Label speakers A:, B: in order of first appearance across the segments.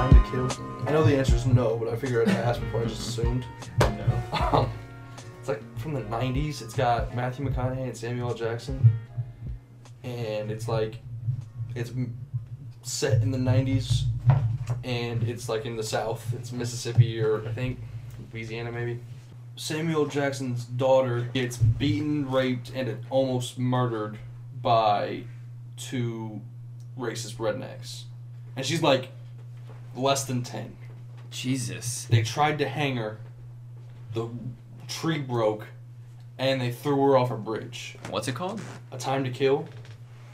A: I know the answer is no, but I figured I'd ask before I just assumed.
B: No.
A: Um, it's like from the 90s. It's got Matthew McConaughey and Samuel L. Jackson. And it's like, it's m- set in the 90s. And it's like in the South. It's Mississippi or I think Louisiana maybe. Samuel L. Jackson's daughter gets beaten, raped, and almost murdered by two racist rednecks. And she's like less than 10.
C: Jesus.
A: They tried to hang her. The tree broke, and they threw her off a bridge.
C: What's it called?
A: A Time to Kill.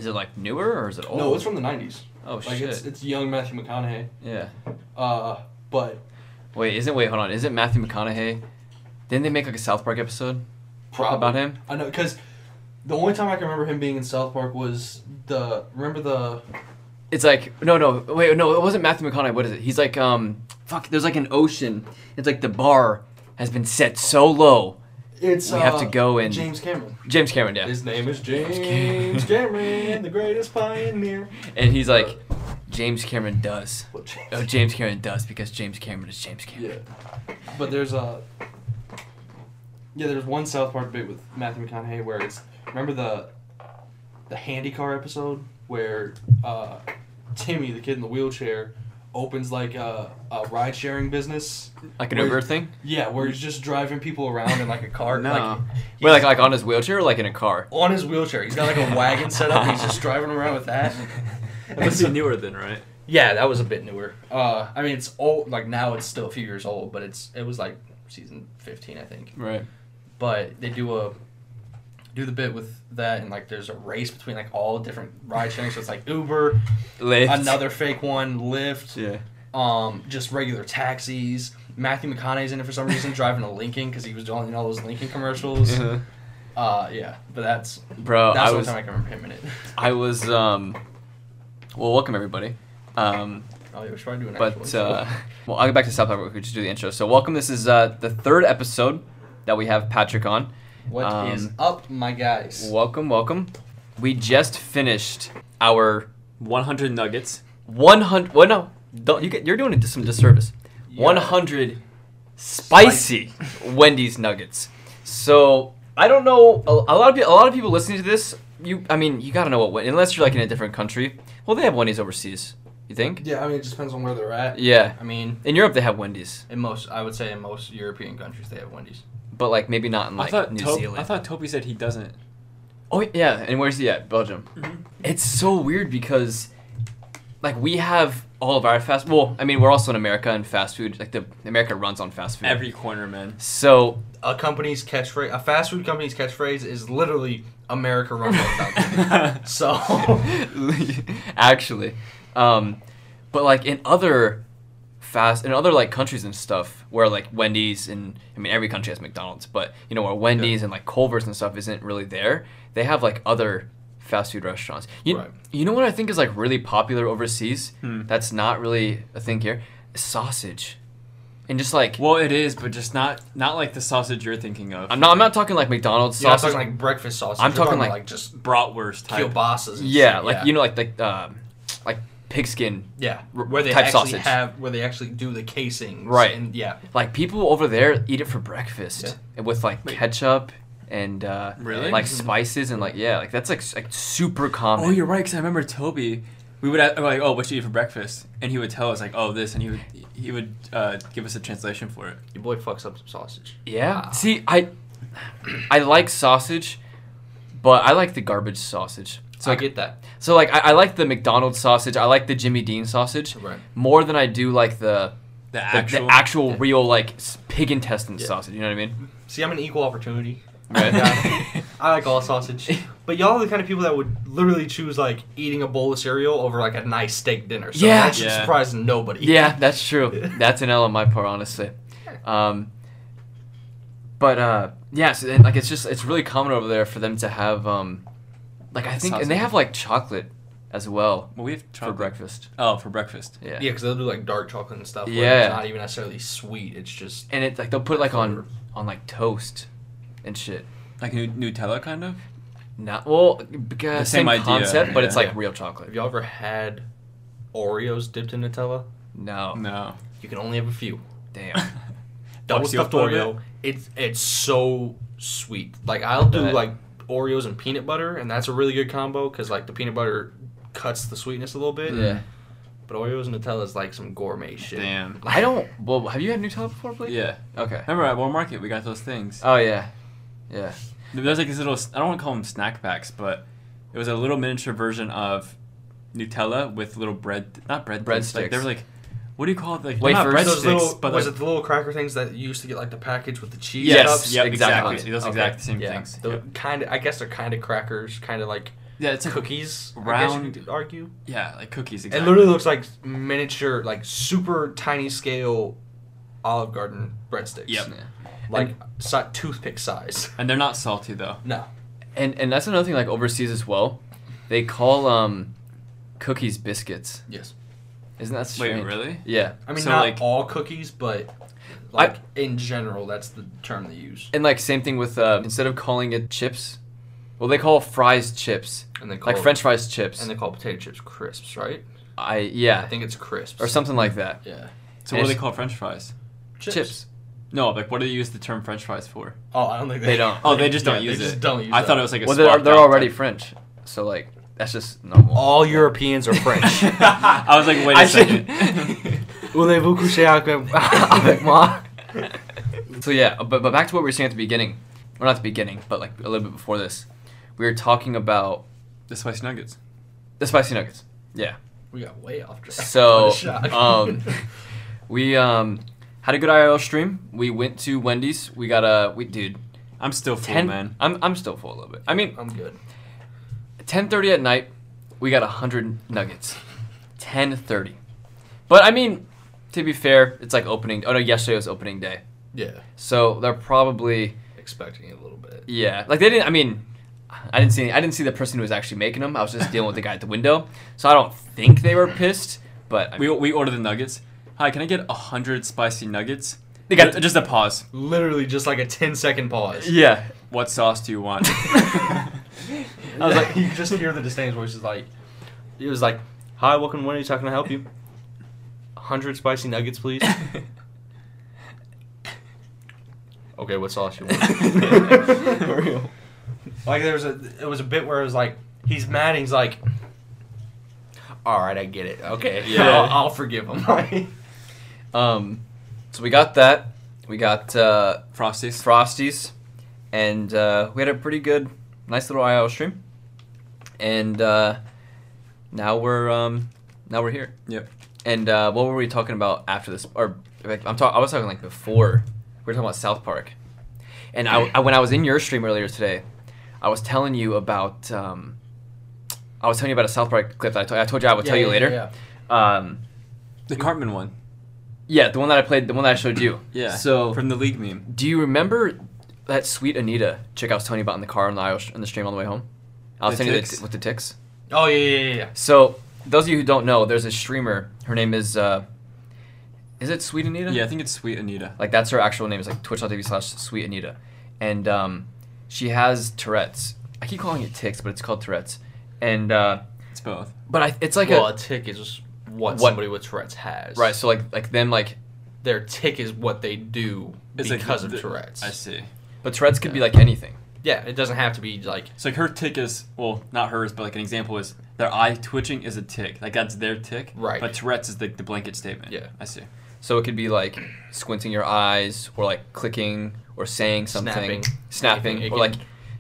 C: Is it like newer or is it old?
A: No, it's from the nineties.
C: Oh
A: like
C: shit.
A: it's it's young Matthew McConaughey.
C: yeah.
A: Uh, but
C: Wait, isn't wait, hold on. Isn't Matthew McConaughey? Didn't they make like a South Park episode
A: probably
C: about him?
A: I know because the only time I can remember him being in South Park was the remember the
C: It's like no, no, wait, no. It wasn't Matthew McConaughey. What is it? He's like um, fuck. There's like an ocean. It's like the bar has been set so low.
A: it's
C: We have
A: uh,
C: to go and-
A: James Cameron.
C: James Cameron, yeah.
A: His name is James Cameron, the greatest pioneer.
C: And he's like, James Cameron does.
A: What James-
C: Oh, James Cameron does because James Cameron is James Cameron.
A: Yeah. But there's a. Yeah, there's one South Park bit with Matthew McConaughey where it's remember the, the handy car episode where uh, Timmy the kid in the wheelchair opens like a, a ride sharing business.
C: Like an
A: Where-
C: Uber thing.
A: Yeah, where he's just driving people around in like a cart. Like,
B: No.
A: he's
C: Wait, like like on his wheelchair or like in a car?
A: on his wheelchair. He's got like a wagon set up. and he's just driving around with that.
B: That's newer than right.
A: Yeah, that was a bit newer. Uh, I mean, it's old. Like now, it's still a few years old, but it's it was like season fifteen, I think.
C: Right.
A: but they do a do the bit with that and like there's a race between like all different ride sharing so it's like uber
C: Lyft.
A: another fake one lyft
C: Yeah.
A: um just regular taxis matthew mcconaughey's in it for some reason driving a lincoln because he was doing all those lincoln commercials
C: Uh-huh.
A: uh yeah but that's
C: Bro,
A: that's
C: Oh, I
A: the
C: was
A: only time i can remember him in it
C: I was um well welcome everybody. Um
A: oh yeah we should probably do an actual
C: but
A: intro.
C: uh well I'll get back to South Park but we could just do the intro. So welcome this is uh the third episode that we have Patrick on.
A: What is
C: um,
A: up my guys
C: Welcome, welcome. We just finished our
B: 100 nuggets.
C: 100 well no, don't you get you're doing it some disservice.
A: Yeah.
C: 100 spicy Wendy's nuggets. So I don't know a, a lot of people. A lot of people listening to this, you I mean, you gotta know what Wen- unless you're like in a different country. Well, they have Wendy's overseas. You think?
A: yeah i mean it just depends on where they're at
C: Yeah.
A: i mean
C: In Europe, they have Wendy's,
A: in most i would say in most european countries they have wendy's
C: but like maybe not in like
B: I thought
C: New
B: Tob-
C: Zealand.
B: I thought Toby said he doesn't.
C: oh yeah, and where's he at? Belgium.
B: Mm-hmm.
C: It's so weird because, like, we have all of our fast. Well, I mean, we're also in America and fast food. Like the America runs on fast food.
B: Every corner, man.
C: So
A: a company's catchphrase, a fast food company's catchphrase is literally America runs on fountain. So
C: actually um but like in other fast in other like countries and stuff where like wendy's and i mean every country has mcdonald's but you know where wendy's and like culver's and stuff isn't really there they have like other fast food restaurants you,
A: Right.
C: you know what i think is like really popular overseas
B: Hmm.
C: that's not really a thing here sausage and just like
B: Well, it is, but just not not like the sausage you're thinking of.
C: i'm not i'm not talking like mcdonald's
A: you're not
C: sausage
A: talking like breakfast sausage.
C: I'm
A: You're
C: talking like-
A: just
B: bratwurst type.
A: kielbasas. and
C: yeah
A: shit,
C: like you know like like um like pigskin
A: yeah,
C: r-
A: where they
C: type
A: actually
C: sausage.
A: have where they actually do the casings.
C: Right.
A: And yeah,
C: Like people over there eat it for breakfast
A: Yeah.
C: and with like
B: Wait.
C: ketchup and uh,
B: Really?
C: like spices and like yeah, like that's like, s- like super common.
B: Oh, you're right. Cause I remember Toby. We would ask, like, oh, what should you eat for breakfast? And he would tell us like, oh, this, and he would he would uh, give us a translation for it.
A: your boy fucks up some sausage. Ah,
C: yeah.
A: Wow.
C: See, I I like sausage, but I like the garbage sausage. So
A: I
C: like,
A: get that.
C: so like I, I like the McDonald's sausage. I like the Jimmy Dean sausage
A: Right.
C: more than I do like the
B: The
C: the the
B: actual.
C: actual, real like s- pig intestine
A: Yeah.
C: sausage. You know what I mean?
A: See, I'm an equal opportunity.
C: Right.
A: Yeah. I like all sausage, but y'all are the kind of people that would literally choose like eating a bowl of cereal over like a nice steak dinner. So
C: Yeah.
A: that should
B: Yeah.
A: surprise nobody.
C: Yeah, that's true. That's an L on my part, honestly. Um, but uh, yeah, so then, like it's just it's really common over there for them to have um, like I think, and they have like chocolate as well
B: well, we have
C: for
B: chocolate.
C: breakfast.
B: Oh, for breakfast.
C: Yeah.
A: Yeah, because they'll do like dark chocolate and stuff. Where
C: Yeah.
A: it's not even necessarily sweet. It's just
C: and it's like they'll put it like on
A: Flavor.
C: on like toast and shit.
B: Like Nu- Nutella, kind of.
C: Not well, because
B: The
C: same,
B: same idea,
C: concept, but it's
B: yeah.
C: like
B: Yeah.
C: real
A: Have
C: chocolate.
A: y'all ever had Oreos dipped in Nutella?
C: No.
B: No.
A: You can only have a few.
C: Damn.
A: double
B: Fucks you
A: stuffed
B: up a little
A: Oreo. It's it's so sweet. Like I'll do
C: Bet.
A: like Oreos and peanut butter, and that's a really good combo because like the peanut butter cuts the sweetness a little bit.
C: yeah.
A: But Oreos and Nutella is like some gourmet shit.
B: Damn.
C: I don't. Well, have you had Nutella before, Blake?
B: Yeah.
C: Okay.
B: Remember at World Market we got those things.
C: Oh yeah. Yeah.
B: There's like these little. I don't want to call them snack packs, but it was a little miniature version of Nutella with little bread, not bread, things, Like, they
C: Breadsticks.
B: were like, what do you call it? Like
C: Wafers?
B: not breadsticks,
A: Those little
B: but
A: was
B: like,
A: it the little cracker things that you used to get like the package with the cheese?
B: yes,
A: cups?
B: yep,
C: Exactly.
B: exactly. Those
C: Okay.
B: exact same
A: yeah.
B: things.
A: The
B: Yep.
A: kind of I guess they're kind of crackers, kind of like
B: Yeah, it's like
A: cookies. I
B: round-
A: guess you could argue.
B: Yeah, like cookies.
A: It
B: Exactly.
A: literally looks like miniature, like super tiny scale Olive Garden breadsticks.
B: Yep.
C: Yeah.
A: Like si- toothpick size.
B: And they're not salty though.
A: No.
C: And and that's another thing like overseas as well. They call um cookies biscuits.
A: Yes.
C: Isn't that
B: Wait,
C: strange?
B: really?
C: Yeah.
A: I mean,
B: So,
A: not
B: like-
A: all cookies, but like in general, that's the term they use.
C: And like same thing with uh, instead of calling it chips, well they call fries chips,
A: And they call
C: like French fries chips.
A: and they call potato chips crisps, right?
C: I yeah,
A: I think it's crisps
C: or something like that.
A: Yeah.
B: So what
C: Yes.
B: do they call French fries?
C: Chips.
B: No, like what do they use the term French fries for?
A: Oh, I don't think
C: They don't.
B: Oh, they just
A: Yeah,
B: don't use
A: they
B: it.
A: just don't use
B: I
A: that.
B: thought it was like a.
C: Well, they're,
B: swapped
C: they're
B: out
C: already
B: type.
C: French, so like that's just normal.
A: All Europeans are French.
B: I was like, wait a
C: I should-
B: second.
A: Voulez-vous coucher avec- avec moi?
C: So yeah, but, but back to what we were saying at the beginning, or not the beginning, but like a little bit before this, we were talking about
B: the spicy nuggets.
C: the spicy nuggets. Yeah,
A: we got way off track.
C: So,
A: What a shock.
C: um, we um had a good IRL stream. We went to Wendy's. We got a we dude
B: I'm still full,
C: ten.
B: man.
C: I'm I'm still full a little bit. I mean,
A: I'm good.
C: ten thirty at night, we got hundred nuggets. Ten thirty, but I mean, to be fair, it's like opening. Oh no, yesterday was opening day,
A: Yeah.
C: so they're probably
A: Expecting it a little bit.
C: yeah. Like they didn't. I mean, I didn't see. I didn't see the person who was actually making them. I was just dealing with the guy at the window, so I don't think they were pissed. But I
B: We, we ordered the nuggets. Hi, can I get a hundred spicy nuggets?
C: They got-
B: Ju- just a pause.
A: Literally just like a 10 second pause.
C: yeah,
B: What sauce do you want?
A: I was like, you could just hear the disdain's voice is like, it was like, hi, welcome to Wendy's. How can I help you? 100 spicy nuggets, please. okay, what sauce you want? like, there was a, it was a bit where it was like, he's mad and he's like, all right, I get it. Okay,
B: Yeah.
A: I'll, I'll forgive him. Like,
C: Um, so we got that. We got uh,
B: Frosties.
C: Frosties, and uh, we had a pretty good, nice little IO stream. And uh, now we're um, now we're here.
B: Yep.
C: And uh, what were we talking about after this? Or like, I'm talking. I was talking like before. We were talking about South Park. And I, I when I was in your stream earlier today, I was telling you about um, I was telling you about a South Park clip that I, told I told you I would tell you later. Um,
B: The Cartman one.
C: yeah, the one that I played, the one that I showed you.
B: Yeah.
C: So
B: from the league meme.
C: Do you remember that sweet Anita chick I was telling you about in the car on the, aisle, on the stream on the way home? I was
B: The
C: telling you
B: ticks?
C: the, with the ticks.
A: Oh, yeah, yeah, yeah, yeah.
C: So those of you who don't know, there's a streamer. Her name is, uh, is it Sweet Anita?
B: Yeah, I think it's Sweet Anita.
C: Like that's her actual name. It's like twitch.tv slash Sweet Anita, and um, she has Tourette's. I keep calling it ticks, but it's called Tourette's. And uh,
B: It's both.
C: but I, it's like
A: well, a,
C: a
A: tick is just what,
C: What-
A: somebody with Tourette's has.
C: right. So like like them like,
A: Their tick is what they do
B: It's like
A: because
B: the-
A: of Tourette's.
B: I see.
C: but Tourette's could be like anything.
A: Yeah, it doesn't have to be like
B: So like her tick is well, not hers, but like an example is their eye twitching is a tick. Like that's their tick.
A: Right.
B: But Tourette's is like the blanket statement.
A: Yeah.
B: I see.
C: So it could be like squinting your eyes, or like clicking, or saying something,
A: Snapping.
C: snapping,
A: Anything.
C: or like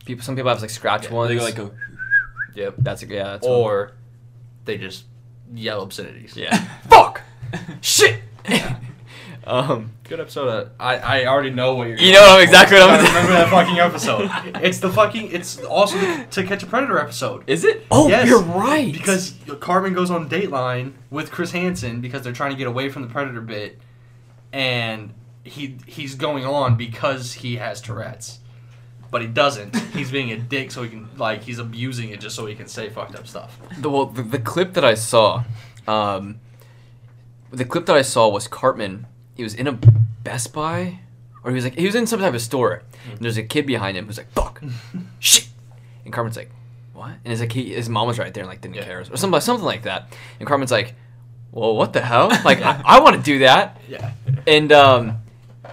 C: people. Some people have like scratch
A: Yeah,
C: ones.
B: They go like go
A: yep.
C: that's a, yeah. That's one.
A: or they just yell obscenities.
B: Yeah.
C: fuck, shit. um,
A: Good episode. Of, I I already know what you're.
C: You know exactly what I'm-
A: I remember that fucking episode. It's the fucking. It's also the To Catch a Predator episode.
C: is it? Oh,
A: Yes,
C: you're right.
A: Because Carmen goes on Dateline with Chris Hansen because they're trying to get away from the Predator bit, and he he's going on because he has Tourette's, but he doesn't. He's being a dick, so he can like he's abusing it just so he can say fucked up stuff.
C: the, well, the, the clip that I saw, um, the clip that I saw was Cartman. He was in a Best Buy, or he was like he was in some type of store, and there's a kid behind him who's like fuck, shit, and Cartman's like what? And it's like he, his mom was right there and like didn't
A: Yeah.
C: care or something something like that. And Cartman's like, well, what the hell? Like, I, I want to do that.
A: Yeah.
C: And um,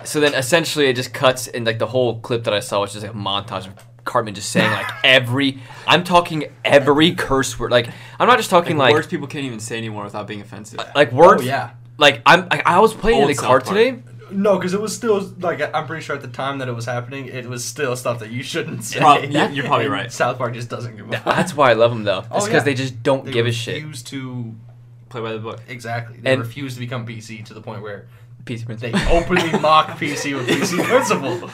C: so then essentially it just cuts in like the whole clip that I saw, which is like a montage of Cartman just saying like every. I'm talking every curse word. Like I'm not just talking like uh,
B: words people can't even say anymore without being offensive.
C: like words.
A: Oh, yeah.
C: Like I'm. I, I was playing
B: Old
C: in the
B: South
C: car
B: Park.
C: today.
A: No, because it was still like I'm pretty sure at the time that it was happening, it was still stuff that you shouldn't say.
B: Prob- you- you're probably
A: And
B: right.
A: South Park just doesn't give a fuck.
C: That's why I love them though. It's because
A: Oh, yeah.
C: they just don't
A: They
C: give a shit.
A: Refuse to
B: Play by the book.
A: exactly. They
C: And-
A: refuse to become PC to the point where
C: Peace, Prince.
A: they openly mock PC with PC principle.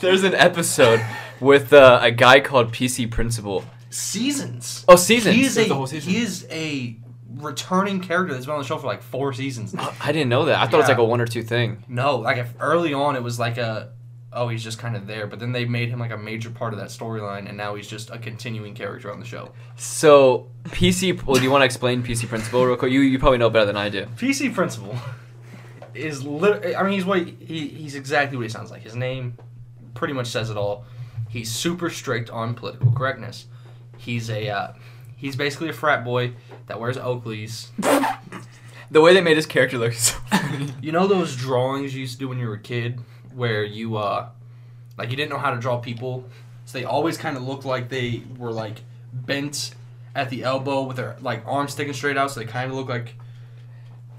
C: There's an episode with uh, a guy called PC Principal.
A: Seasons.
C: Oh, seasons.
A: He is a
B: The whole season.
A: he is a returning character that's been on the show for like four seasons. now.
C: Uh, I didn't know that. I thought it was
A: Yeah.
C: like a one or two thing.
A: no, like if early on it was like a oh he's just kind of there, but then they made him like a major part of that storyline, and now he's just a continuing character on the show.
C: So PC. Well, do you want to explain PC Principal real quick? You you probably know better than I do.
A: PC Principal is lit I mean, he's what he, he's exactly what he sounds like. His name pretty much says it all. He's super strict on political correctness. He's a uh, he's basically a frat boy that wears Oakleys.
C: The way they made his character look is so funny.
A: You know those drawings you used to do when you were a kid, where you uh, like you didn't know how to draw people, so they always kind of looked like they were like bent at the elbow with their like arms sticking straight out, so they kind of look like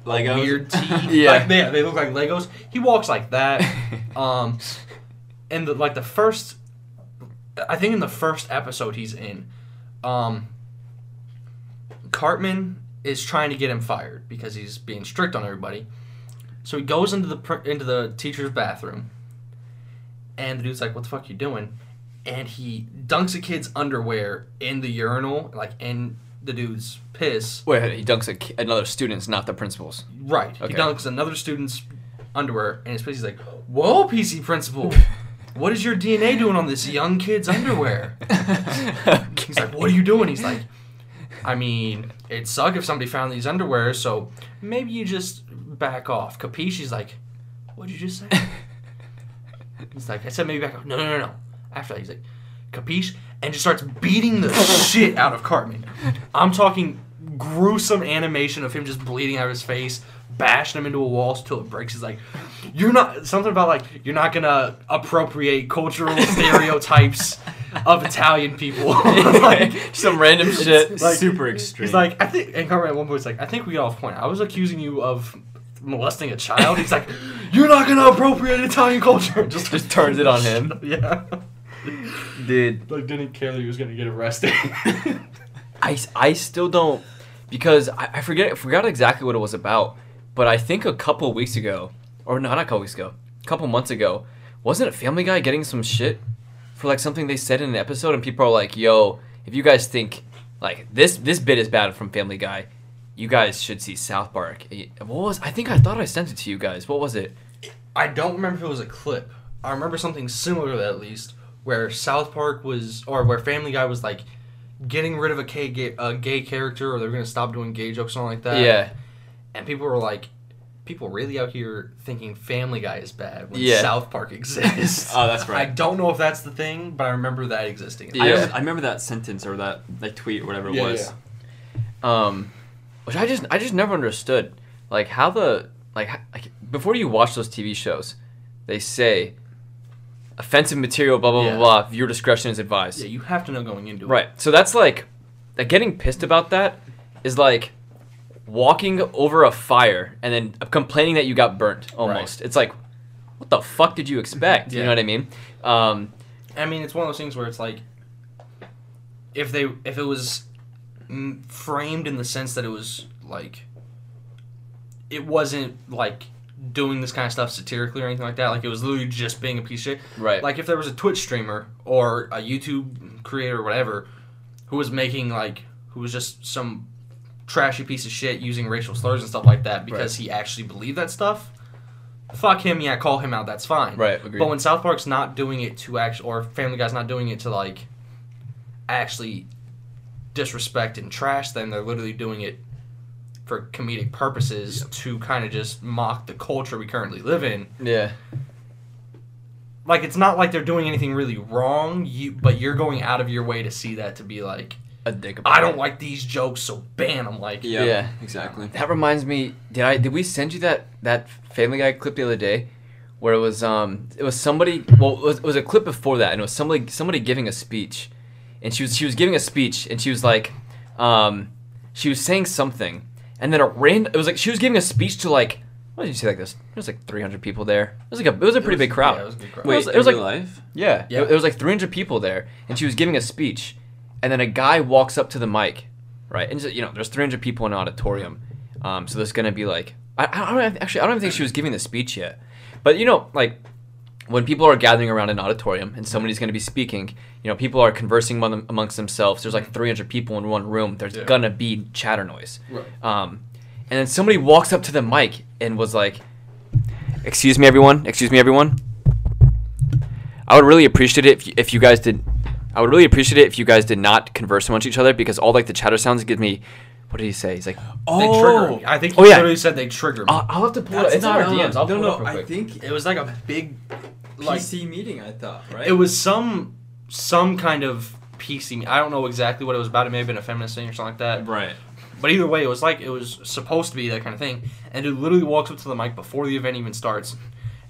B: Legos.
A: weird teeth.
C: Yeah.
A: like, they, they look like Legos. He walks like that. Um, and the, like the first, I think in the first episode he's in, um, Cartman is trying to get him fired because he's being strict on everybody. So he goes into the pr- into the teacher's bathroom, and the dude's like, "What the fuck you doing?" And he dunks a kid's underwear in the urinal, like in the dude's piss.
C: Wait, he dunks a, ki- another student's, not the principal's.
A: Right.
C: Okay.
A: He dunks another student's underwear, and his he's like, "Whoa, PC principal, what is your DNA doing on this young kid's underwear?" He's like, "What are you doing?" He's like, "I mean, it'd suck if somebody found these underwear, so maybe you just back off." Capiche? He's like, "What'd you just say?" He's like, "I said maybe back off." No, no, no, no. After that, he's like, "Capiche?" And just starts beating the shit out of Cartman. I'm talking gruesome animation of him just bleeding out of his face, bashing him into a wall till it breaks. He's like, "You're not something about like you're not gonna appropriate cultural stereotypes of Italian people." Like,
C: Some random shit.
B: It's
A: Like,
B: super extreme.
A: He's like, I think, and Cartman at one point's like, I think we got off point. I was accusing you of molesting a child. He's like, you're not gonna appropriate Italian culture. Just,
C: Just turns it on him.
A: yeah.
C: Dude.
A: Like, didn't care that he was gonna get arrested.
C: I, I still don't because I, I forget I forgot exactly what it was about, but I think a couple weeks ago, or no, not a couple weeks ago, a couple months ago, wasn't it Family Guy getting some shit for like something they said in an episode, and people are like, "Yo, if you guys think like this this bit is bad from Family Guy, you guys should see South Park." Eh, What was I think I thought I sent it to you guys. What was it?
A: I don't remember if it was a clip. I remember something similar to that at least, where South Park was, or where Family Guy was like getting rid of a gay, gay, a gay character, or they were gonna stop doing gay jokes, something like that.
C: yeah,
A: And people were like, people really out here thinking Family Guy is bad when
C: Yeah.
A: South Park exists.
B: Oh, that's
A: I
B: right.
A: don't know if that's the thing, but I remember that existing.
B: I,
C: Yeah.
B: remember, I remember that sentence or that like tweet or whatever it
A: Yeah,
B: was.
A: yeah.
C: um, which I just I just never understood like how the like, h- like before you watch those TV shows, they say offensive material blah blah
A: Yeah.
C: blah blah. Viewer discretion is advised.
A: Yeah, you have to know going into it.
C: Right. So that's like, like getting pissed about that is like walking over a fire and then complaining that you got burnt almost. It's like, what the fuck did you expect? You
A: Yeah.
C: know what I mean? Um,
A: I mean, it's one of those things where it's like, if they if it was mm, framed in the sense that it was like, it wasn't like doing this kind of stuff satirically or anything like that. Like it was literally just being a piece of shit.
C: Right.
A: Like if there was a Twitch streamer or a YouTube creator or whatever who was making like who was just some trashy piece of shit using racial slurs and stuff like that because he actually believed that stuff. Fuck him, yeah, call him out, that's fine.
C: Right, agreed.
A: But when South Park's not doing it to actually, or Family Guy's not doing it to like actually disrespect and trash them, they're literally doing it for comedic purposes to kind of just mock the culture we currently live in.
C: yeah.
A: Like it's not like they're doing anything really wrong, you but you're going out of your way to see that to be like
C: a dick about
A: I don't
C: it.
A: like these jokes, so ban them. Like,
B: Yeah,
C: Yeah.
B: exactly.
C: That reminds me, did I did we send you that that Family Guy clip the other day, where it was um it was somebody well it was, it was a clip before that and it was somebody somebody giving a speech, and she was she was giving a speech and she was like, um, she was saying something and then a random it was like she was giving a speech to like what did you say like this there was like 300 people there it was like a it was a pretty
A: was-
C: big crowd
A: yeah, it was a big crowd.
B: Wait,
C: it was, it was like
B: in real life?
C: yeah,
A: Yeah.
C: It, it was like 300 people there, and she was giving a speech, and then a guy walks up to the mic, right? And just, you know, there's 300 people in an auditorium, um, so there's gonna be like, I, I don't even- actually, I don't even think she was giving the speech yet, but you know, like when people are gathering around an auditorium and somebody's going to be speaking, you know, people are conversing among, amongst themselves. There's like 300 people in one room. There's
A: Yeah.
C: gonna be chatter noise.
A: Right.
C: Um, and then somebody walks up to the mic and was like, "Excuse me, everyone. Excuse me, everyone. I would really appreciate it if you, if you guys did. I would really appreciate it if you guys did not converse amongst each other because all like the chatter sounds give me. What did he say? He's like,
A: they trigger me. I think he
C: Oh, yeah. Uh,
A: literally said they trigger me.
C: Oh, I'll, I'll have to pull it. up. It's on our DMs. I'll pull
B: no,
C: it
B: no,
C: up real
B: I
C: quick.
B: think
A: it was like a big, like
B: PC meeting. I thought right.
A: it was some some kind of PC. I don't know exactly what it was about. It may have been a feminist thing or something like that.
B: right.
A: But either way, it was like it was supposed to be that kind of thing. And it literally walks up to the mic before the event even starts.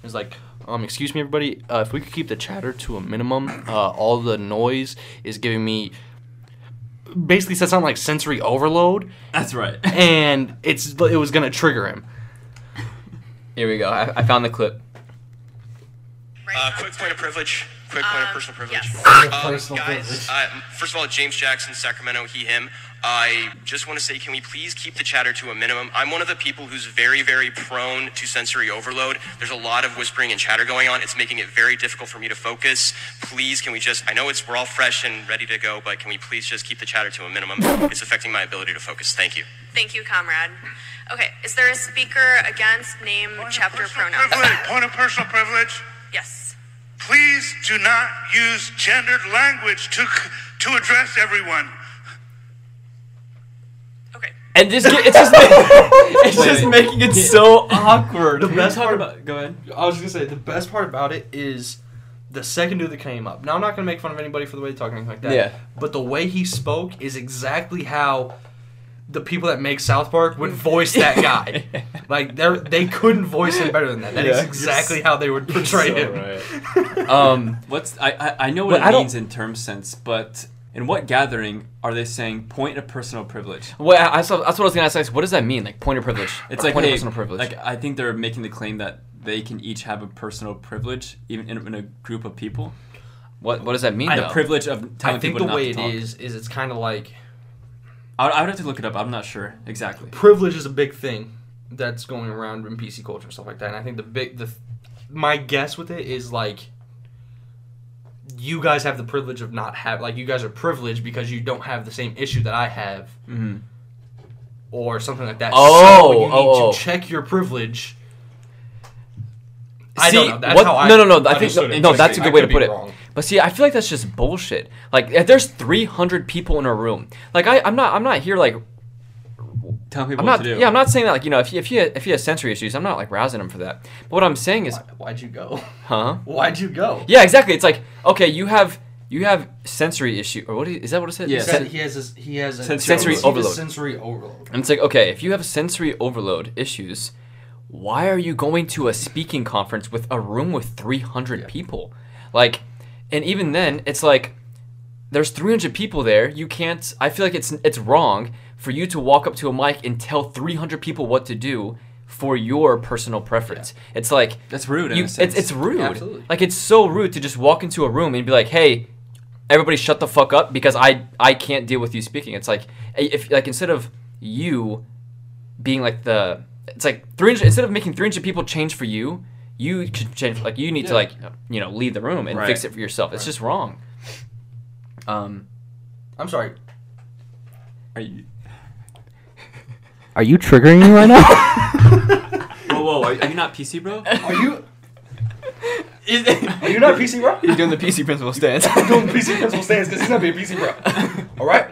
A: It's like, um, excuse me, everybody. Uh, if we could keep the chatter to a minimum, uh, all the noise is giving me. Basically, said something like sensory overload,
B: That's right.
A: and it's it was gonna trigger him.
C: Here we go. I, I found the clip.
D: Uh, quick point of privilege. Quick point of
E: Um,
D: personal privilege.
E: yes.
A: Oh,
D: Um,
A: Personal
D: guys,
A: privilege.
D: Uh, first of all, James Jackson, Sacramento, he, him. I just want to say, can we please keep the chatter to a minimum? I'm one of the people who's very, very prone to sensory overload. There's a lot of whispering and chatter going on. It's making it very difficult for me to focus. Please, can we just? I know it's we're all fresh and ready to go, but can we please just keep the chatter to a minimum? It's affecting my ability to focus. Thank you.
E: Thank you, comrade. Okay, is there a speaker against name,
F: Point of
E: chapter,
F: Oh, personal
E: pronoun?
F: privilege. Point of personal privilege.
E: Yes.
F: Please do not use gendered language to to address everyone.
E: Okay.
C: And just get, it's just it's
B: Wait,
C: just
B: wait.
C: making it so
A: Awkward. The best part about
B: about. Go ahead.
A: I was gonna say the best part about it is the second dude that came up. Now I'm not gonna make fun of anybody for the way they talk or anything like that.
C: Yeah.
A: But the way he spoke is exactly how the people that make South Park would voice that guy. like they they couldn't voice him better than that. That is
C: Yeah.
A: exactly how they would portray him.
C: um
B: What's I I, I know
C: But
B: what
C: I
B: it
C: don't-
B: means in term sense, but in what gathering are they saying point of personal privilege?
C: well I I saw that's what I was gonna ask like, what does that mean like point of privilege
B: It's
C: Or
B: like
C: point
B: hey,
C: of personal privilege
B: Like I think they're making the claim that they can each have a personal privilege, even in, in a group of people.
C: what what does that mean
B: The
C: though?
B: privilege of telling
A: I think the
B: people
A: way
B: not
A: it
B: to talk.
A: is is it's kind of like
B: I would, I would have to look it up. I'm not sure exactly.
A: privilege is a big thing that's going around in PC culture and stuff like that. And I think the big the my guess with it is like you guys have the privilege of not have like you guys are privileged because you don't have the same issue that I have. Or something like that.
C: Mm-hmm. Oh,
A: so you need
C: oh, oh.
A: to check your privilege.
C: See, what- no, no, no. I think
A: understood
C: no,
A: it.
C: no,
A: Like,
C: that's a
A: I
C: good way to
A: could be
C: put it.
A: wrong.
C: But see, I feel like that's just bullshit. Like, if there's 300 people in a room, like I, I'm not, I'm not here like
B: Telling people
C: I'm
B: what
C: not,
B: to do.
C: yeah, I'm not saying that like you know if you if you if you have sensory issues, I'm not like rousing them for that. But what I'm saying is,
A: Why'd you go?
C: huh?
A: Why'd you go?
C: Yeah, exactly. It's like okay, you have you have sensory issue or what is, is that what it said?
B: Yeah.
A: He said he has his, he has a
B: Sensory
A: he has a
C: overload.
A: Sensory overload.
C: And it's like, okay, if you have sensory overload issues, why are you going to a speaking conference with a room with 300 people? Like, and even then, it's like there's 300 people there. You can't. I feel like it's it's wrong for you to walk up to a mic and tell 300 people what to do for your personal preference. It's like
B: That's rude. In
C: you,
B: a sense.
C: It's, it's rude.
A: Absolutely.
C: Like it's so rude to just walk into a room and be like, "Hey, everybody, shut the fuck up," because I I can't deal with you speaking. It's like if like instead of you being like the it's like 300 instead of making 300 people change for you, you should change. Like you need to
A: Yeah.
C: like you know leave the room and fix
B: Right.
C: it for yourself. It's just wrong. Um,
A: I'm sorry.
B: Are you,
G: Are you triggering me right now?
B: whoa, whoa, are, are you not PC, bro?
A: Are you? Are you not PC bro?
C: he's doing the PC principal stance.
A: doing PC principal stance because he's not being PC bro. All right.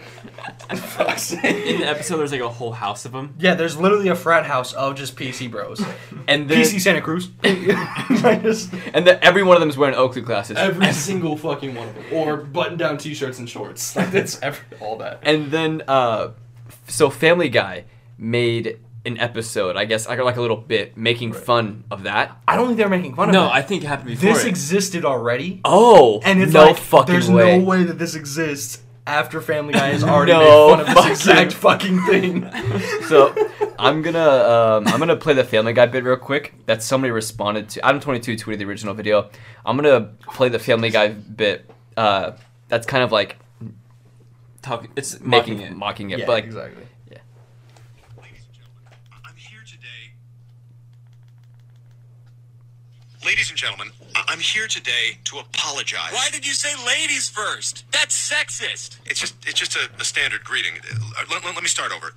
B: In the episode, there's like a whole house of them.
A: Yeah, there's literally a frat house of just PC bros.
C: and then
A: PC Santa Cruz. I just-
C: and then every one of them is wearing Oakley glasses.
H: Every single fucking one of them, or button-down T-shirts and shorts. Like that's every, all that.
C: and then uh, f- so Family Guy made an episode, I guess, like like a little bit making fun of that.
A: I don't think they're making fun of
B: No,
A: it.
B: I think it happened before.
A: this
B: it.
A: existed already,
C: Oh,
A: and it's
C: no
A: like
C: fucking
A: there's
C: way.
A: no way that this exists after Family Guy has already
C: No
A: made fun of this exact fucking thing.
C: So I'm gonna um, I'm gonna play the Family Guy bit real quick that somebody responded to. Adam twenty two tweeted the original video. I'm gonna play the Family Guy bit. Uh, that's kind of like
B: Talk, it's
C: making
B: mocking it.
C: mocking it, but like
A: exactly.
D: Ladies and gentlemen, I- I'm here today. Ladies and gentlemen, I- I'm here today to apologize. Why did you say ladies first? That's sexist. It's just it's just a, a standard greeting. Uh, Let, let- let me start over.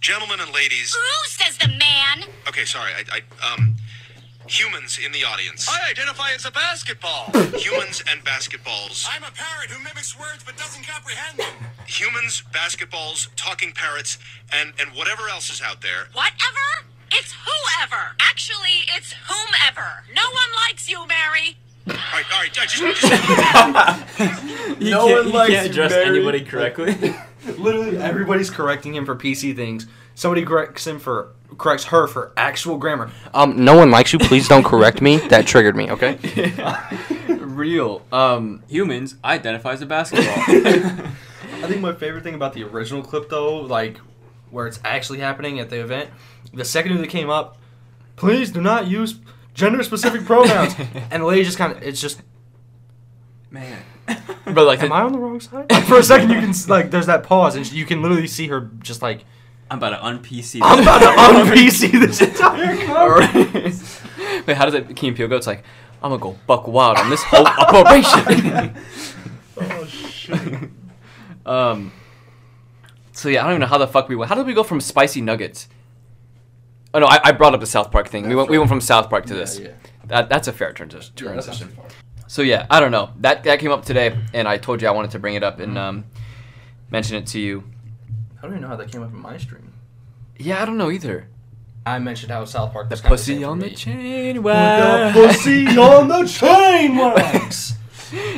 D: Gentlemen and ladies.
E: Who says the man?
D: Okay, sorry. I, I um humans in the audience. I identify as a basketball. humans and basketballs. I'm a parrot who mimics words but doesn't comprehend them. Humans, basketballs, talking parrots, and and whatever else is out there.
E: Whatever? It's whoever. Actually, it's whomever. No one likes you, Mary.
D: All right, all right. Just, just
B: He
A: No
B: can't,
A: one
B: he
A: likes
B: can't
A: you,
B: address
A: Barry.
B: anybody correctly.
A: Literally, everybody's correcting him for PC things. Somebody corrects him for corrects her for actual grammar.
I: Um, no one likes you. Please don't correct me. That triggered me. Okay.
C: real. Um,
B: Humans identify as a basketball.
A: I think my favorite thing about the original clip, though, like where it's actually happening at the event, the second it came up, please do not use gender-specific pronouns, and the lady just kind of, it's just,
B: Man,
C: but like
A: am I on the wrong side? Like, for a second, you can s- like, there's that pause, and you can literally see her just like,
B: I'm about to un-PC.
A: I'm
B: this.
A: about to un-PC this entire conference.
C: wait, how does that Key and Peele go? It's like I'm gonna go buck wild on this whole operation.
A: Oh shit!
C: um, so yeah, I don't even know how the fuck we went. How did we go from spicy nuggets? Oh no, I, I brought up the South Park thing. we went we went from South Park to this.
H: yeah.
C: That, that's a fair transition.
H: Yeah, that's
C: transition.
H: not too far.
C: So yeah, I don't know. That that came up today, and I told you I wanted to bring it up and um, mention it to you.
A: I don't even know how that came up in my stream.
C: Yeah, I don't know either.
A: I mentioned how South Park.
C: The
A: was kinda same
C: pussy
A: for
C: on the
A: me.
C: chain.
A: The
C: Wow.
A: pussy on the chain wax.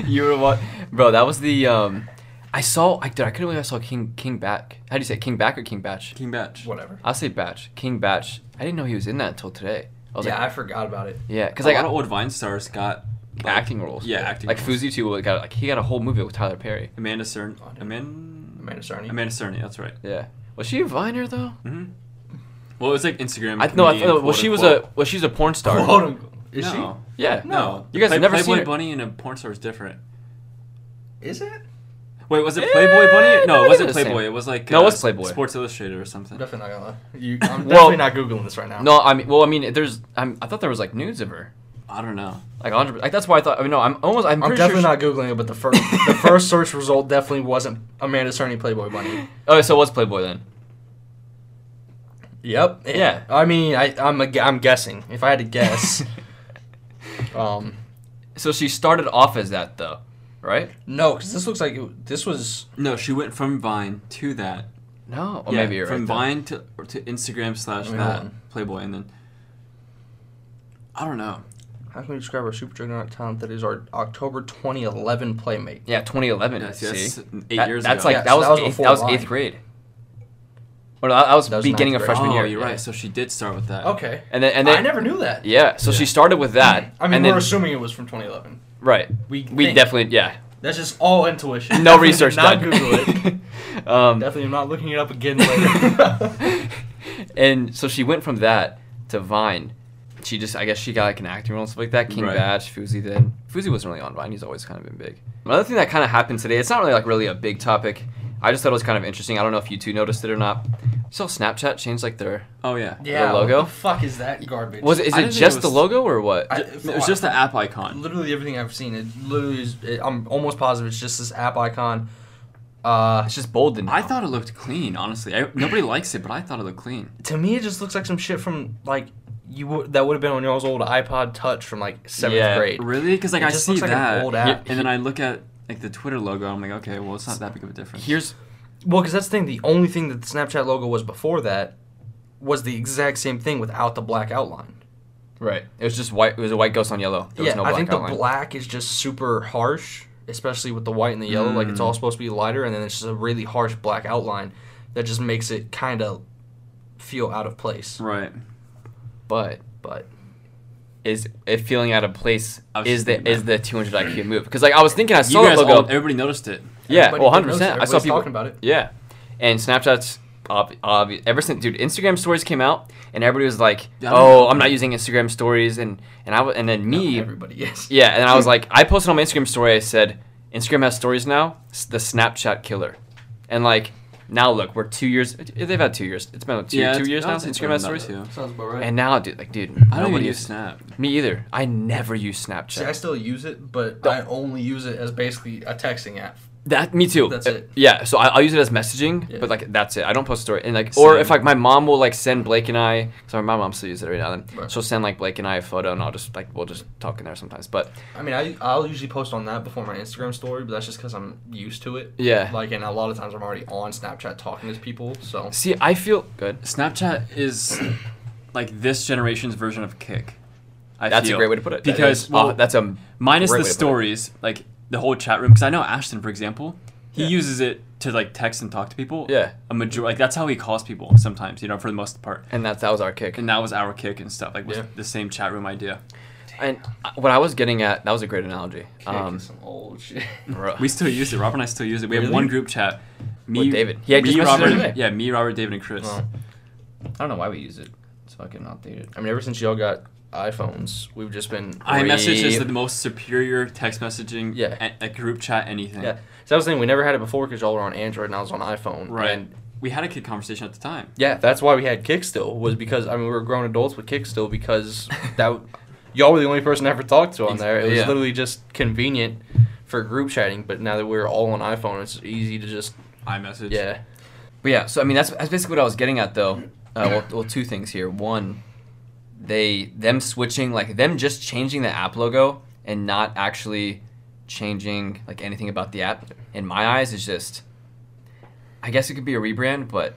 C: you were what, bro? That was the um. I saw. I dude, I couldn't believe I saw King King Batch. How do you say it? King Back or King Batch?
B: King Batch.
A: Whatever.
C: I'll say Batch. King Batch. I didn't know he was in that until today. I was
A: yeah, I
C: like,
A: forgot about it.
C: yeah, because
B: a
C: like
B: lot of old Vine stars got like,
C: acting roles.
B: Yeah, acting.
C: Like
B: roles.
C: Fuzi too. Got like he got a whole movie with Tyler Perry.
B: Amanda Cern.
A: I don't-
B: Aman.
A: Amanda Sarny.
B: Amanda Cerny. That's right.
C: Yeah. Was she a Viner though?
B: Mm-hmm. Well, it was like Instagram.
C: I no. I
B: comedian,
C: thought well
B: quote,
C: she was
B: unquote.
C: a well she's a porn star.
A: Hold on. Is
B: No.
C: Yeah.
B: No.
C: You guys
B: Play-
C: have never
B: Playboy
C: seen her.
B: Bunny and a porn star is different.
A: she? Is it?
B: Wait, was it
C: Eh,
B: Playboy Bunny?
C: no,
B: No,
C: it
B: it wasn't
C: is the same.
B: Playboy. It was like uh,
C: No, it was Playboy.
B: Sports Illustrated or something.
A: Definitely not gonna lie. You, I'm
C: Well-
A: definitely not googling this right now.
C: No, I mean, well, I mean, there's, I'm, I thought there was like nudes of her,
B: I don't know.
C: like 100. Like that's why I thought. I mean, no, I'm almost, I'm,
A: I'm
C: pretty
A: definitely
C: sure
A: not googling it. But the first the first search result definitely wasn't Amanda Cerny Playboy Bunny.
C: she- oh, so it was Playboy then.
A: Yep.
C: Yeah.
A: I mean, I I'm a, gu- I'm guessing. If I had to guess, um,
C: So she started off as that though, right?
A: no, because this looks like it, this was
B: No, she went from Vine to that.
C: No, oh,
B: yeah,
C: maybe you're
B: from
C: right. then.
B: Vine to or to Instagram slash
A: Let me
B: that
A: hold on.
B: Playboy, and then I don't know.
A: how can we describe our super juggernaut talent that is our October 2011 playmate?
C: Yeah, 2011.
B: Yeah, see,
C: see,
B: that's eight
C: That-
B: years
C: That's
B: ago.
C: like
A: Yeah,
C: that
A: so
C: was
A: that was
C: eighth,
A: before
C: that was
A: Vine.
C: eighth grade. Or no, that, that was,
A: That was
C: beginning of
A: ninth grade.
C: freshman
B: oh,
C: year.
B: you're
C: yeah.
B: right. So she did start with that.
A: Okay.
C: And then and then
A: I never knew that.
C: yeah. So she started with that.
A: I mean,
C: and
A: we're
C: then,
A: assuming it was from 2011.
C: right.
A: We
C: We
A: think.
C: definitely yeah.
A: That's just all intuition. Definitely
C: No
A: did
C: research
A: Not
C: done.
A: Google it.
C: Um,
A: Definitely am not looking it up again later.
C: and so she went from that to Vine. She just, I guess, she got like an acting role and stuff like that. King
B: Right.
C: Batch, Fuzi. Then Fuzi wasn't really on Vine. He's always kind of been big. Another thing that kind of happened today. It's not really like really a big topic. I just thought it was kind of interesting. I don't know if you two noticed it or not. So Snapchat changed like their
B: Oh yeah.
A: yeah.
C: logo?
A: What the fuck is that garbage?
C: was it is
B: I
C: it
B: didn't think it
C: just the
B: was-
C: logo or what?
A: I-
B: It was just the app icon.
A: literally everything I've seen. It literally is. It, I'm almost positive it's just this app icon. Uh,
C: it's just bolded. Now.
B: I thought it looked clean, honestly. I, nobody likes it, but I thought it looked clean.
A: to me, it just looks like some shit from like you would that would have been on y'all's old iPod Touch from like seventh
C: Yeah.
A: grade.
B: Really? Because like
A: It
B: I
A: just
B: see
A: looks like an
B: that,
A: old app.
B: and then I look at like the Twitter logo. I'm like, okay, well, it's not that big of a difference.
C: here's
A: Well, because that's the thing. The only thing that the Snapchat logo was before that was the exact same thing without the black outline.
C: Right. It was just white. It was a white ghost on yellow. There
A: yeah,
C: was no
A: I
C: black
A: think
C: outline.
A: the black is just super harsh, especially with the white and the yellow. Like
C: Mm.
A: it's all supposed to be lighter, and then it's just a really harsh black outline that just makes it kind of feel out of place.
B: Right.
C: but
A: But
C: is it feeling out of place?
B: I was
C: Is the
B: thinking
C: is the 200 IQ move? Because like I was thinking, I
B: You
C: saw
B: guys
C: the logo.
B: all, everybody noticed it.
C: yeah,
A: Everybody
C: well, 100.
A: noticed it.
C: percent I saw
A: Everybody's
C: people
A: talking about it.
C: Yeah, and Snapchat's ob- obvi- ever since dude Instagram stories came out, and everybody was like,
B: Yeah, I
C: "Oh,
B: know.
C: I'm not using Instagram stories," and and I w- and then me,
A: everybody, yes.
C: yeah, and I was like, I posted on my Instagram story. I said, Instagram has stories now. It's the Snapchat killer, and like now look, we're two years. They've had two years. It's been like two,
B: yeah,
C: two
B: it's-
C: years
B: I
C: now
B: was
C: since Instagram
B: thinking
C: has
B: about
C: stories.
B: that, too.
H: Sounds about right.
C: And now, dude, like, dude,
B: I don't
C: nobody
B: even use
C: uses-
B: Snap.
C: Me either. I never use Snapchat.
A: See, I still use it, but I only use it as basically a texting app.
C: That me too.
A: That's
C: Uh,
A: it.
C: Yeah, so I, I'll use it as messaging,
A: Yeah.
C: but like that's it. I don't post a story, and like, or if
B: Same.
C: like my mom will like send Blake and I. Sorry, my mom still uses it right now. Then
A: Right.
C: she'll send like Blake and I a photo, and I'll just like we'll just talk in there sometimes. But
A: I mean, I I'll usually post on that before my Instagram story, but that's just because I'm used to it.
C: Yeah.
A: Like, and a lot of times I'm already on Snapchat talking to people, so
C: see, I feel good.
B: Snapchat is like this generation's version of Kick. I
C: That's a
B: feel.
C: great way to put it. That
B: Because
C: is- oh,
B: well,
C: that's a
B: minus
C: great
B: the
C: way to put it.
B: stories, like the whole chat room. Because I know Ashton, for example, he uses it to like text and talk to people.
C: Yeah.
B: a major like that's how he calls people sometimes. You know, for the most part.
C: and that that was our kick.
B: And that was our kick and stuff. Like was
A: Yeah.
B: the same chat room idea.
C: And uh, what I was getting at, that was a great analogy. Um,
A: some old shit.
C: bruh.
B: We still use it. Robert and I still use it. We have
A: Really?
B: one group chat. Me,
C: With David. He had
B: me,
C: just messaged
B: Robert,
C: him today.
B: yeah, me, Robert, David, and Chris.
A: Oh.
C: I don't know why we use it. It's fucking outdated.
A: I mean, ever since y'all got iPhones, we've just been.
B: iMessage is
C: Re-
B: the most superior text messaging.
A: Yeah.
B: a- a group chat anything.
A: Yeah. So that was the thing. We never had it before because y'all were on Android and I was on iPhone.
B: Right.
A: And
B: we had a kid conversation at the time.
A: yeah, that's why we had Kick still was because I mean we were grown adults with Kick still because that y'all were the only person I ever talked to on there. It was
C: Yeah.
A: literally just convenient for group chatting. But now that we're all on iPhone, it's easy to just
B: iMessage.
A: yeah.
C: But yeah, so I mean that's that's basically what I was getting at though. Uh, well, well, two things here. One, they them switching like them just changing the app logo and not actually changing like anything about the app. In my eyes, is just. I guess it could be a rebrand, but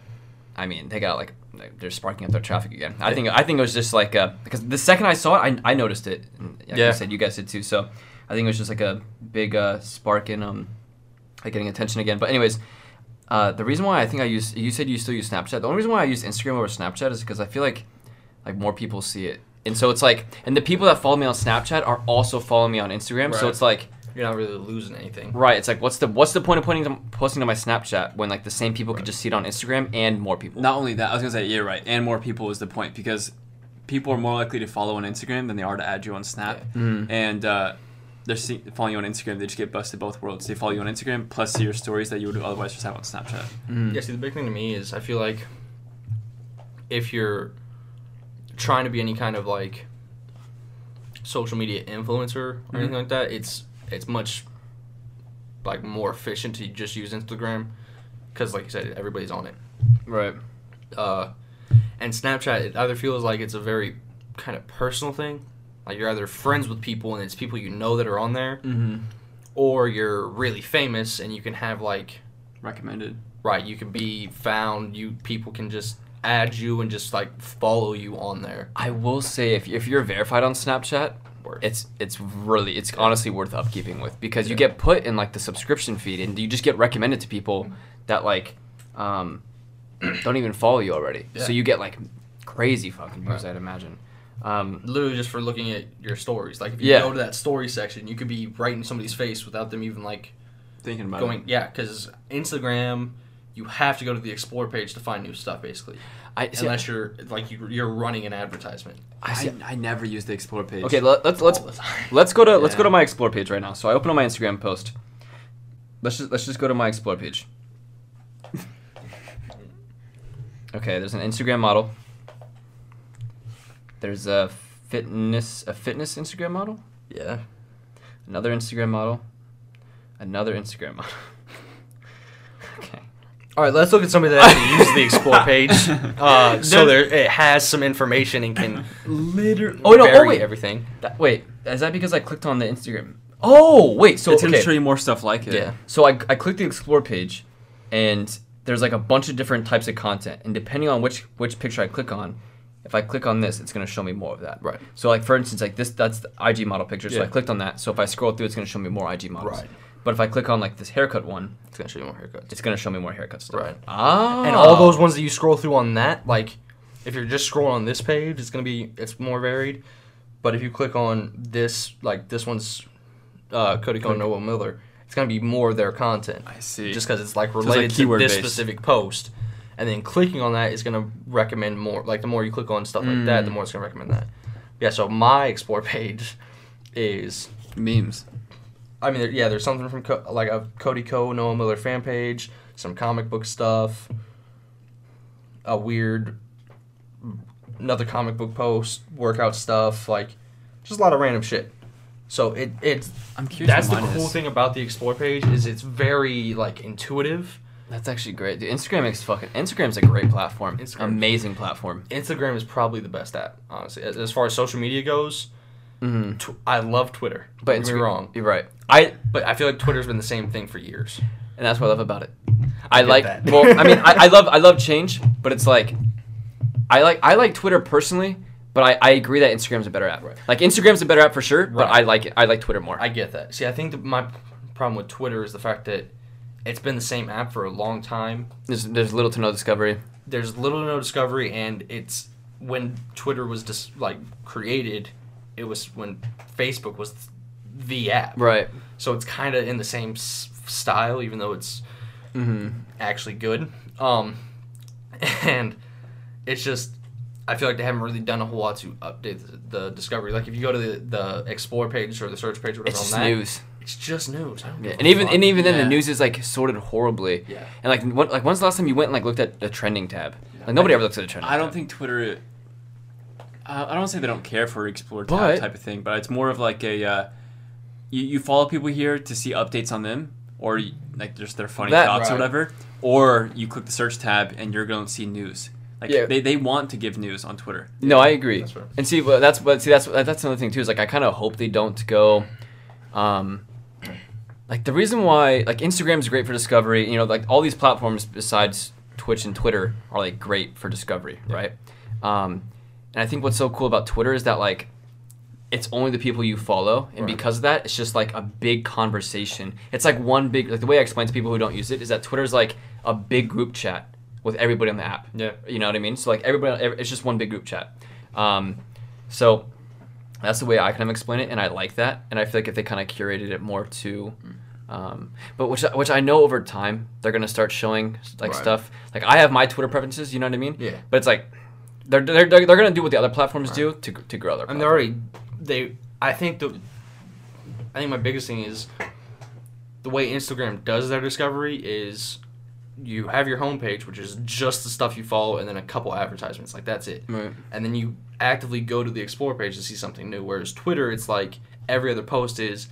C: I mean they got like like, they're sparking up their traffic again. I think I think it was just like uh because the second I saw it, I, I noticed it. And like
A: Yeah.
C: you said you guys did too. So I think it was just like a big uh, spark in um like getting attention again. But anyways, uh, the reason why I think I use you said you still use Snapchat. The only reason why I use Instagram over Snapchat is because I feel like like more people see it, and so it's like and the people that follow me on Snapchat are also following me on Instagram. So
A: Right.
C: it's like
A: You're not really losing anything.
C: right, it's like what's the what's the point of putting posting to my Snapchat when like the same people could just see it on Instagram and more people.
B: Not only that, I was gonna say, yeah, right, and more people is the point because people are more likely to follow on Instagram than they are to add you on Snap,
A: Mm-hmm.
B: and uh, they're see- following you on Instagram. They just get busted both worlds. They follow you on Instagram plus see your stories that you would otherwise just have on Snapchat.
A: Yeah, see, the big thing to me is I feel like if you're trying to be any kind of like social media influencer or anything like that, it's it's much like more efficient to just use Instagram because, like you said, everybody's on it.
C: Right.
A: Uh, and Snapchat, it either feels like it's a very kind of personal thing, like you're either friends with people and it's people you know that are on there,
B: Mm-hmm.
A: or you're really famous and you can have like
B: Recommended.
A: Right, you can be found. You people can just add you and just like follow you on there.
C: I will say if if you're verified on Snapchat,
A: Worth.
C: it's it's really it's honestly worth upkeeping with because you get put in like the subscription feed and you just get recommended to people that like um, don't even follow you already. So
A: Yeah.
C: you get like crazy fucking views, I'd imagine. Um,
A: Literally just for looking at your stories. Like if you
C: Yeah.
A: go to that story section, you could be right in somebody's face without them even like
B: Thinking about
A: going.
B: it.
A: Yeah, because Instagram, you have to go to the explore page to find new stuff basically,
C: I see,
A: unless you're like you, you're running an advertisement.
C: I see-
B: I, I never use the explore page.
C: Okay, let, let's let's
A: all the time.
C: let's go to let's go
B: Yeah.
C: to my explore page right now. So I open up my Instagram post. Let's just let's just go to my explore page. okay, there's an Instagram model. There's a fitness a fitness Instagram model.
A: Yeah.
C: Another Instagram model. Another Instagram model. okay.
A: All right, let's look at somebody that actually used the explore page, uh, so there it has some information and can
B: literally.
C: Oh no!
A: vary
C: Oh wait.
A: everything.
C: That- wait, is that because I clicked on the Instagram? Oh wait, so
B: It's
C: okay.
B: gonna show you more stuff like it.
C: So I, I clicked the explore page, and there's like a bunch of different types of content, and depending on which which picture I click on, if I click on this, it's gonna show me more of that.
A: Right.
C: So like for instance, like this that's the IG model picture. So
A: Yeah.
C: I clicked on that. So if I scroll through, it's gonna show me more IG models.
A: Right.
C: But if I click on like this haircut one,
A: It's gonna show you more haircuts.
C: it's gonna show me more haircut stuff.
A: Right.
C: Ah.
A: And all those ones that you scroll through on that, like if you're just scrolling on this page, it's gonna be it's more varied. But if you click on this, like this one's uh, Cody Cone Noel Miller, it's gonna be more of their content.
B: I see.
A: Just because it's like
B: it's, like,
A: related to this
B: keyword-based.
A: specific post, and then clicking on that is gonna recommend more. Like the more you click on stuff like that, the more it's gonna recommend that. Yeah. So my explore page is
B: memes.
A: I mean, there, yeah, there's something from Co- like a Cody Co, Noah Miller fan page, some comic book stuff, a weird, another comic book post, workout stuff, like just a lot of random shit. So it it's
B: I'm curious.
A: that's the
B: what mine
A: cool
B: is.
A: thing about the explore page is it's very like intuitive.
C: That's actually great. Dude, Instagram is fucking. Instagram's a great platform.
A: Instagram-
C: Amazing platform.
A: Instagram is probably the best app, honestly, as, as far as social media goes. Tw- I love Twitter,
C: But
A: Mm-hmm. but it's
C: Instagram-
A: wrong.
C: You're right.
A: I but I feel like Twitter's been the same thing for years.
C: and that's what I love about it. I
A: get
C: like
A: that.
C: well, I mean, I, I love I love change, but it's like I like I like Twitter personally, but I, I agree that Instagram's a better app.
A: Right.
C: Like Instagram's a better app for sure, but
A: Right.
C: I like it. I like Twitter more.
A: I get that. See, I think that my problem with Twitter is the fact that it's been the same app for a long time.
C: there's there's little to no discovery.
A: There's little to no discovery, and it's when Twitter was just like created, it was when Facebook was the app.
C: Right.
A: So it's kind of in the same s- style, even though it's
C: Mm-hmm.
A: actually good. Um, and it's just I feel like they haven't really done a whole lot to update the, the discovery. Like if you go to the, the explore page or the search page, or whatever
C: It's just
A: on that,
C: news.
A: it's just news. I don't give a
C: And even
A: fuck.
C: and even then
B: yeah.
C: the news is like sorted horribly.
A: Yeah.
C: And like when, like when's the last time you went and like looked at the trending tab? Like nobody ever looks at the trending.
B: I don't
C: tab.
B: think Twitter. uh, I I don't wanna say they don't care for explore tab
C: But-
B: type of thing, but it's more of like a uh, you, you follow people here to see updates on them or you- like just their funny
C: That-
B: thoughts
A: Right.
B: or whatever, or you click the search tab and you're going to see news. Like
C: Yeah.
B: they, they want to give news on Twitter.
C: No, I agree.
A: that's fair.
C: And see, well, that's but see, that's that's another thing too. Is like I kind of hope they don't go, um, like the reason why like Instagram's great for discovery. You know, like all these platforms besides Twitch and Twitter are like great for discovery, right? Um, and I think what's so cool about Twitter is that like it's only the people you follow, and because of that, it's just like a big conversation. It's like one big like the way I explain to people who don't use it is that Twitter's like a big group chat with everybody on the app.
A: Yeah.
C: You know what I mean? So like everybody, ev- it's just one big group chat. Um, so that's the way I kind of explain it, and I like that. And I feel like if they kind of curated it more to, um, but which which I know over time they're gonna start showing like
A: Right.
C: stuff. Like I have my Twitter preferences, you know what I mean?
A: Yeah.
C: But it's like they're they're, they're, they're gonna do what the other platforms do to to grow their.
A: I mean, they're already they. I think the. I think my biggest thing is the way Instagram does their discovery is you have your homepage, which is just the stuff you follow, and then a couple advertisements. Like that's it.
C: Right.
A: And then you actively go to the explore page to see something new. Whereas Twitter, it's like every other post is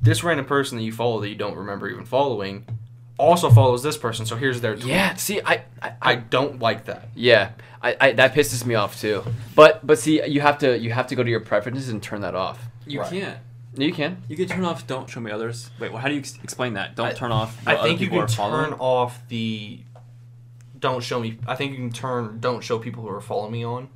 A: this random person that you follow that you don't remember even following also follows this person. So here's their tweet.
C: yeah. See, I I, I
A: I don't like that.
C: yeah. I, I, that pisses me off too, but but see you have to you have to go to your preferences and turn that off.
B: You
A: Right.
B: can't.
C: You can.
B: You can turn off. Don't show me others. Wait, well, how do you ex- explain that? Don't
A: I-
B: turn off. What
A: I think
B: other
A: you
B: people
A: can
B: are following.
A: turn off the don't show me. I think you can turn don't show people who are following me on,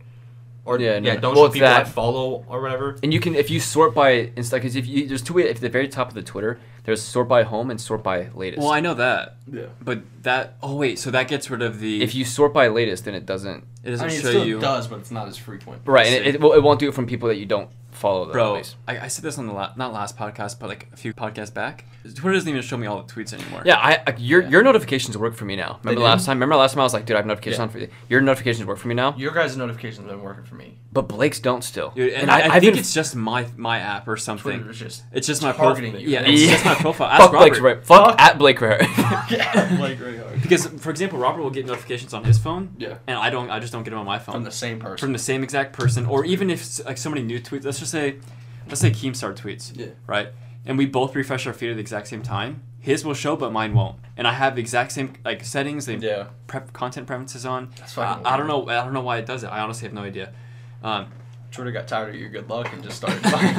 A: or
C: Yeah,
A: yeah,
C: no, no.
A: don't
C: Well,
A: show
C: it's
A: people
C: that.
A: I follow or whatever.
C: And you can if you sort by Insta because if you there's two way at the very top of the Twitter there's sort by home and sort by latest.
B: Well, I know that.
H: Yeah.
B: But that. Oh wait, so that gets rid of the.
C: if you sort by latest then it doesn't
B: it doesn't
A: I mean, it
B: show
A: still
B: you.
A: does, but it's not as frequent.
C: right and it, it, well, it won't do it from people that you don't follow though, at
B: Bro,
C: least.
B: I, I said this on the la- not last podcast, but like a few podcasts back. Twitter doesn't even show me all the tweets anymore.
C: Yeah, I, I your your notifications work for me now. Remember
A: do?
C: last time? Remember last time I was like, dude, I have notifications
A: Yeah.
C: on for you. Your notifications work for me now,
A: Your guys' notifications have been working for me.
C: but Blake's don't still.
B: Dude, and,
C: And
B: I, I
C: I've
B: think
C: been-
B: it's just my my app or something.
A: Twitter is just
B: it's just my profile.
A: targeting you.
B: Yeah, it's just my profile. Ask
C: Fuck
B: Robert.
C: Blake's right. Fuck at Blake Rare.
H: like really hard.
B: Because for example, Robert will get notifications on his phone.
H: Yeah.
B: And I don't. I just don't get them on my phone.
H: I'm the same person.
B: from the same exact person, or even if s- like somebody new tweets. Let's just say, let's say Keemstar tweets,
H: Yeah.
B: right? And we both refresh our feed at the exact same time. His will show, but mine won't. And I have the exact same like settings, the
H: Yeah.
B: prep content preferences on.
H: That's
B: I,
H: fucking
B: I don't know. I don't know why it does it. I honestly have no idea. Um,
H: Twitter got tired of your good luck and just started. fucking,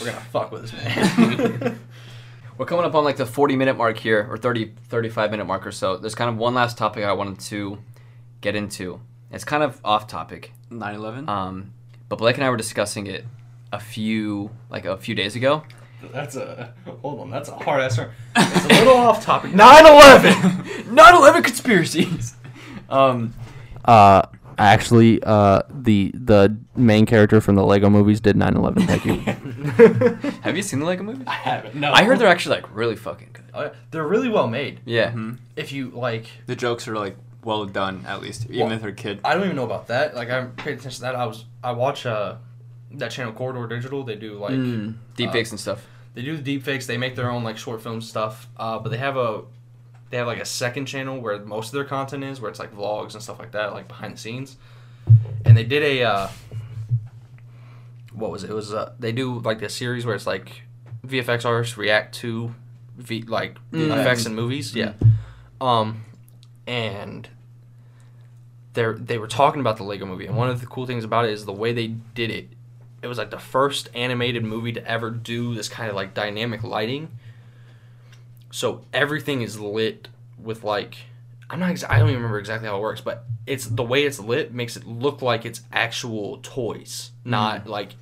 H: We're gonna fuck with this man.
C: We're coming up on like the 40 minute mark here, or 30, 35 minute mark or so. There's kind of one last topic I wanted to get into. It's kind of off topic,
B: 9/11.
C: um, but Blake and I were discussing it a few like a few days ago.
H: That's a hold on. That's a hard ass term. It's a little off topic.
C: 9/11, 9/11 conspiracies. Um,
I: Uh, actually, uh, the the main character from the Lego movies did 9/11. Thank you.
C: have you seen the Lego movie?
H: I haven't. No.
C: I heard they're actually like really fucking good. Mm-hmm.
A: Uh, they're really well made.
C: Yeah.
A: If you like,
B: The jokes are like well done, at least, even
A: Well,
B: if they're a kid.
A: I don't even know about that. Like I paid attention to that. I was I watch uh that channel Corridor Digital. They do like
C: Mm, deep
A: Uh,
C: fakes and stuff.
A: they do the deepfakes. They make their own like short film stuff. Uh, but they have a they have like a second channel where most of their content is, where it's like vlogs and stuff like that, like behind the scenes. And they did a uh, what was it? It was uh, they do like this series where it's like VFX artists react to v like effects in movies. Yeah. Um, and they they were talking about the Lego movie, and one of the cool things about it is the way they did it. It was like the first animated movie to ever do this kind of like dynamic lighting. So everything is lit with like I'm not exa- I don't even remember exactly how it works, but it's the way it's lit makes it look like it's actual toys, not like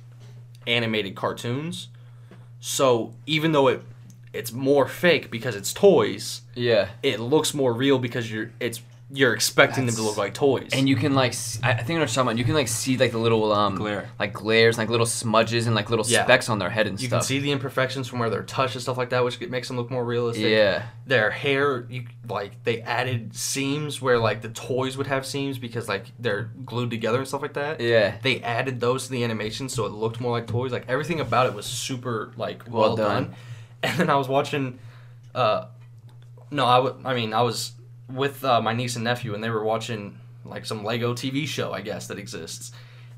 A: animated cartoons. So even though it it's more fake because it's toys,
C: Yeah.
A: it looks more real because you're it's you're expecting them to look like toys.
C: And you can like, s- I I think I know what you're talking about. You can like see like the little um,
B: Glare.
C: like glares, like little smudges and like little
A: Yeah.
C: specks on their head and
A: you
C: stuff.
A: can see the imperfections from where they're touched and stuff like that, which get- makes them look more realistic.
C: yeah,
A: Their hair, you like they added seams where like the toys would have seams because like they're glued together and stuff like that.
C: yeah.
A: They added those to the animation so it looked more like toys. Like everything about it was super like well,
C: Well done.
A: done. And then I was watching, uh, no, I wa- I mean I was with uh, my niece and nephew and they were watching like some Lego TV show I guess that exists.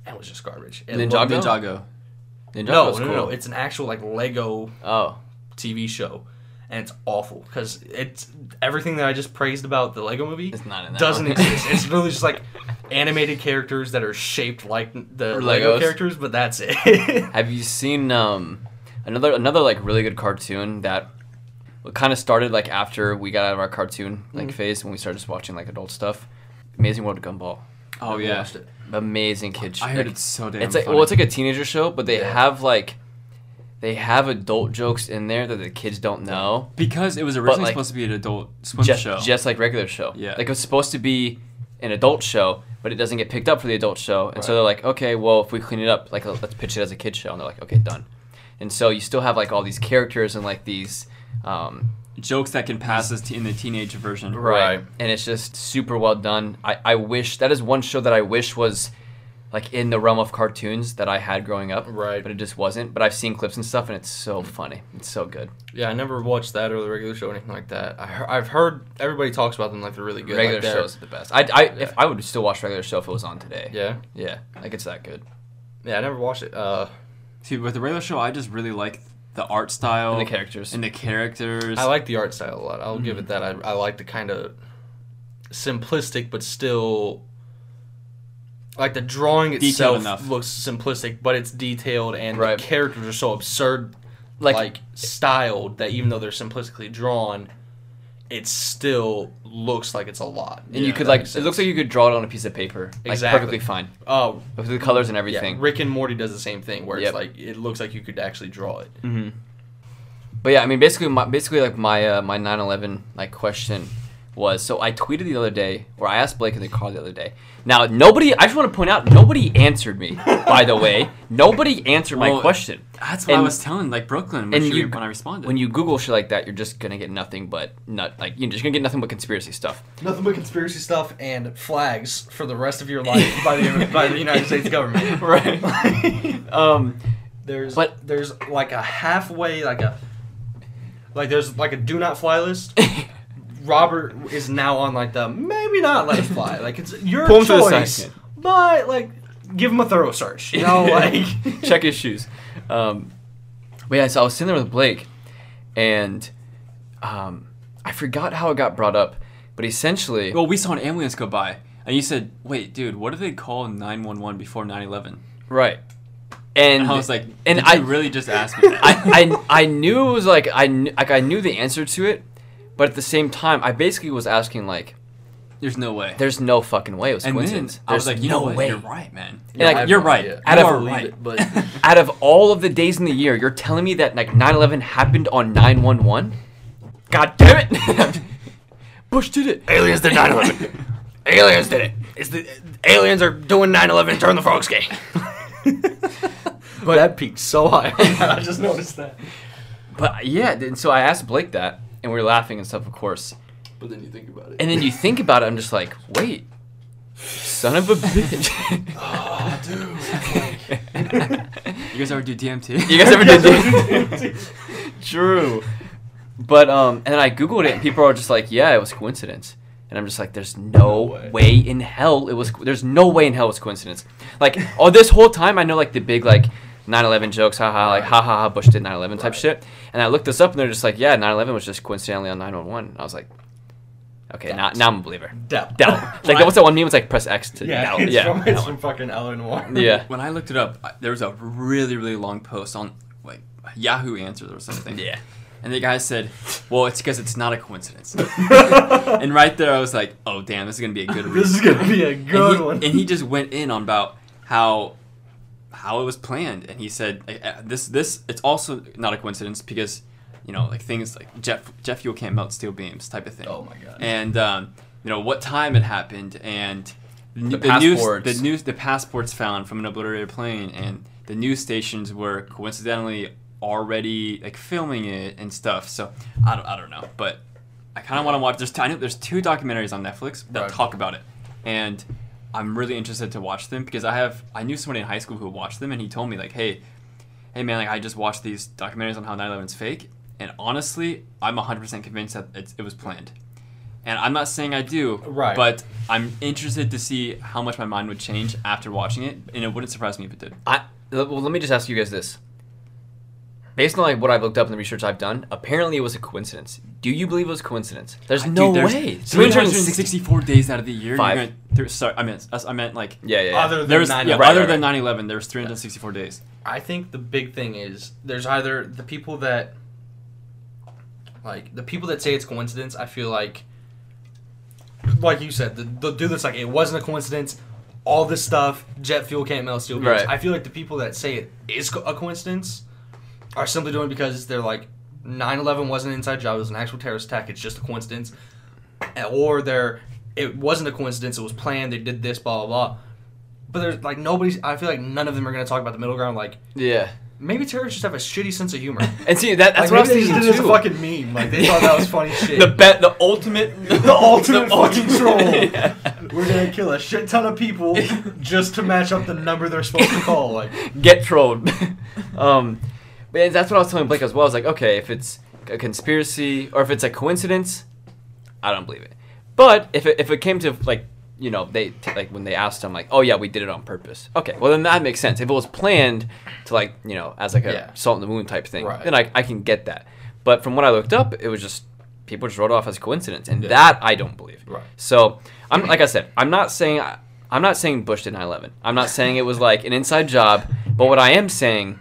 A: And it was just garbage. It
C: Ninjago?
A: looked-
B: Ninjago.
C: Ninjago's
A: No, no, no,
C: cool.
A: no. It's an actual like Lego
C: oh,
A: TV show, and it's awful because it's everything that I just praised about the Lego Movie
C: It's not in that
A: doesn't
C: one.
A: exist. It's literally just like animated characters that are shaped like the
C: Or
A: Lego
C: Legos.
A: characters, but that's it.
C: have you seen um, another another like really good cartoon that kind of started like after we got out of our cartoon like
B: Mm.
C: phase when we started just watching like adult stuff. Amazing World of Gumball.
B: Oh yeah.
A: watched it.
C: Amazing kid.
B: I heard
C: like,
B: it's so damn.
C: it's like
B: funny.
C: well, it's like a teenager show, but they
A: Yeah.
C: have like they have adult jokes in there that the kids don't know.
B: because it was originally
C: like,
B: supposed to be an adult swim
C: just,
B: show.
C: just like regular show.
B: Yeah.
C: Like it was supposed to be an adult show, but it doesn't get picked up for the adult show. And so they're like, okay, well, if we clean it up, like uh, let's pitch it as a kid show. And they're like, okay, done. And so you still have like all these characters and like these, um,
B: jokes that can pass as te- in the teenage version.
C: right. And it's just super well done. I, I wish that is one show that I wish was like in the realm of cartoons that I had growing up.
A: Right. Mm.
C: But it just wasn't. But I've seen clips and stuff, and it's so funny. It's so good.
A: yeah, I never watched that or the regular show or anything like that. I he- I've heard everybody talks about them like they're really good.
C: regular
A: like they're-
C: shows are the best. I, I
A: Yeah.
C: if I would still watch regular show if it was on today.
A: Yeah,
C: Yeah. Like it's that good.
A: yeah, I never watched it. Uh,
B: See, with the regular show, I just really like the art style
C: And the characters.
B: and the characters.
A: I like the art style a lot. I'll give it that. I, I like the kind of simplistic, but still like the drawing
B: Detailed
A: itself
B: enough.
A: looks simplistic, but it's detailed, and
C: Right.
A: the characters are so absurd, like,
C: Like-
A: styled that even though they're simplistically drawn, it still looks like it's a lot.
C: And
A: Yeah,
C: you could
A: that
C: like
A: makes
C: it looks
A: sense.
C: like you could draw it on a piece of paper. Like
A: Exactly.
C: perfectly fine.
A: oh
C: With the colors and
A: yeah,
C: everything.
A: Rick and Morty does the same thing where
C: Yep.
A: it's like it looks like you could actually draw it.
C: But yeah, I mean basically my basically like my uh, my 9/11 like question was so I tweeted the other day or I asked Blake in the car the other day. Now nobody I just want to point out nobody answered me by the way. Nobody answered my
B: Well,
C: question.
B: That's what I
C: And-
B: was telling like Brooklyn when, she, when I responded.
C: when you Google shit like that, you're just gonna get nothing but nut like you're just gonna get nothing but conspiracy stuff.
A: Nothing but conspiracy stuff and flags for the rest of your life by the by the United States government.
C: Right. um,
A: There's
C: But-
A: there's like a halfway like a like there's like a do not fly list. Robert is now on like the maybe not let it fly. Like it's your
C: Pull him to the side.
A: choice, but like give him a thorough search. You know, like
C: check his shoes. Um, but yeah, so I was sitting there with Blake, and um, I forgot how it got brought up, but essentially,
B: well, we saw an ambulance go by, and you said, "Wait, dude, what do they call 911 before 9/11?"
C: right. and
B: And I was like,
C: and
B: did
C: I
B: you really just asked me that?
C: I, I I knew it was like I knew, like I knew the answer to it, but at the same time, I basically was asking like,
B: There's no way.
C: "There's no fucking way it was
B: and then
C: coincidence."
B: I was
C: There's
B: like, you
C: no
B: know what?
C: way.
B: You're right, man.
C: Yeah,
B: You're,
C: I-
B: like, you're right.
H: yeah.
C: I
B: You
C: don't
B: are
H: believe
B: right.
H: it, but
C: Out of all of the days in the year, you're telling me that like 9/11 happened on 9/11? God damn it! Bush did it.
A: Aliens did 9/11. aliens did it. It's the aliens are doing 9/11 and turn the frogs gay. but that peaked so high.
H: I just noticed that.
C: But yeah, and so I asked Blake that, and we were laughing and stuff, of course.
H: But then you think about it.
C: And then you think about it, I'm just like, wait, son of a bitch.
A: Oh,
B: You guys ever do DMT?
C: You guys ever did that? True. But um, and then I googled it, and people are just like, "Yeah, it was coincidence." And I'm just like, "There's no, way.
H: way.
C: in hell it was. There's no way in hell it was coincidence." Like all this whole time, I know like the big like 9/11 jokes, haha, like ha ha ha, Bush did 9/11 type shit. And I looked this up, and they're just like, "Yeah, 9/11 was just coincidentally on 911." And I was like, "Okay, now, now I'm a believer."
H: Doubt.
C: Doubt. like what's that one meme? It's like press X to
H: Yeah,
C: doubt.
H: it's
C: Yeah,
H: from,
C: that
H: it's
C: one.
H: from fucking Alan Moore.
C: yeah.
B: When I looked it up, I- there was a really, really long post on like Yahoo Answers or something.
C: Yeah.
B: And the guy said, "Well, it's because it's not a coincidence." and right there, I was like, "Oh, damn, this is gonna be a good read."
H: This is gonna be a
B: and
H: good
B: he,
H: one.
B: and he just went in on about how how it was planned, and he said like, uh, this this it's also not a coincidence because you know like things like jet jet fuel can't melt steel beams type of thing.
H: Oh my God.
B: And um, you know what time it happened, and n-
C: The
B: news
C: passports.
B: the news the passports found from an obliterated plane, and the news stations were coincidentally already like filming it and stuff. So I don't I don't know, but I kind of want to watch. There's I know there's two documentaries on Netflix that
H: Right.
B: talk about it, and I'm really interested to watch them because I have I knew somebody in high school who watched them, and he told me like, hey, hey man, like I just watched these documentaries on how 9/11's fake, and honestly, I'm 100% convinced that it's, it was planned. And I'm not saying I do,
H: Right.
B: But I'm interested to see how much my mind would change after watching it, and it wouldn't surprise me if it did.
C: I l- well, let me just ask you guys this. Based on like what I've looked up in the research I've done, apparently it was a coincidence. Do you believe it was a coincidence? There's no
B: Dude, there's
C: way. 360
B: 364 days out of the year.
C: Five.
B: You're gonna, th- sorry, I meant I meant like
C: Yeah, yeah. yeah.
A: Other than
B: There's
A: 9/11.
B: yeah,
C: Right,
B: other
C: right,
B: than 9/11, there's 364 days.
A: I think the big thing is there's either the people that like the people that say it's coincidence, I feel like like you said, the- they'll do this like it wasn't a coincidence. All this stuff, jet fuel can't melt steel beams.
C: Right.
A: I feel like the people that say it is co- a coincidence are simply doing it because they're like 9/11 wasn't an inside job, it was an actual terrorist attack, it's just a coincidence. And- Or they're it wasn't a coincidence, it was planned, they did this blah blah blah. But there's like nobody's I feel like none of them are going to talk about the middle ground like
C: yeah.
A: Maybe terrorists just have a shitty sense of humor.
C: And see, that, that's
A: Like,
C: what I
A: maybe
C: was
A: they
C: thinking
A: just did it as a
C: too.
A: fucking meme. Like they thought that was funny shit.
C: the bet, the ultimate,
A: The ultimate fucking troll.
C: Yeah.
A: We're gonna kill a shit ton of people just to match up the number they're supposed to call. Like
C: get trolled. um, but that's what I was telling Blake as well. I was like, okay, if it's a conspiracy or if it's a coincidence, I don't believe it. But if it, if it came to like you know they like when they asked him like, oh yeah, we did it on purpose. Okay, well then that makes sense. If it was planned to like you know as like a
A: Yeah.
C: salt in the moon type thing,
A: Right.
C: then I I can get that. But from what I looked up, it was just people just wrote it off as coincidence, and that I don't believe.
A: Right.
C: So I'm like I said, I'm not saying I, I'm not saying Bush did 9/11. I'm not saying it was like an inside job. But what I am saying,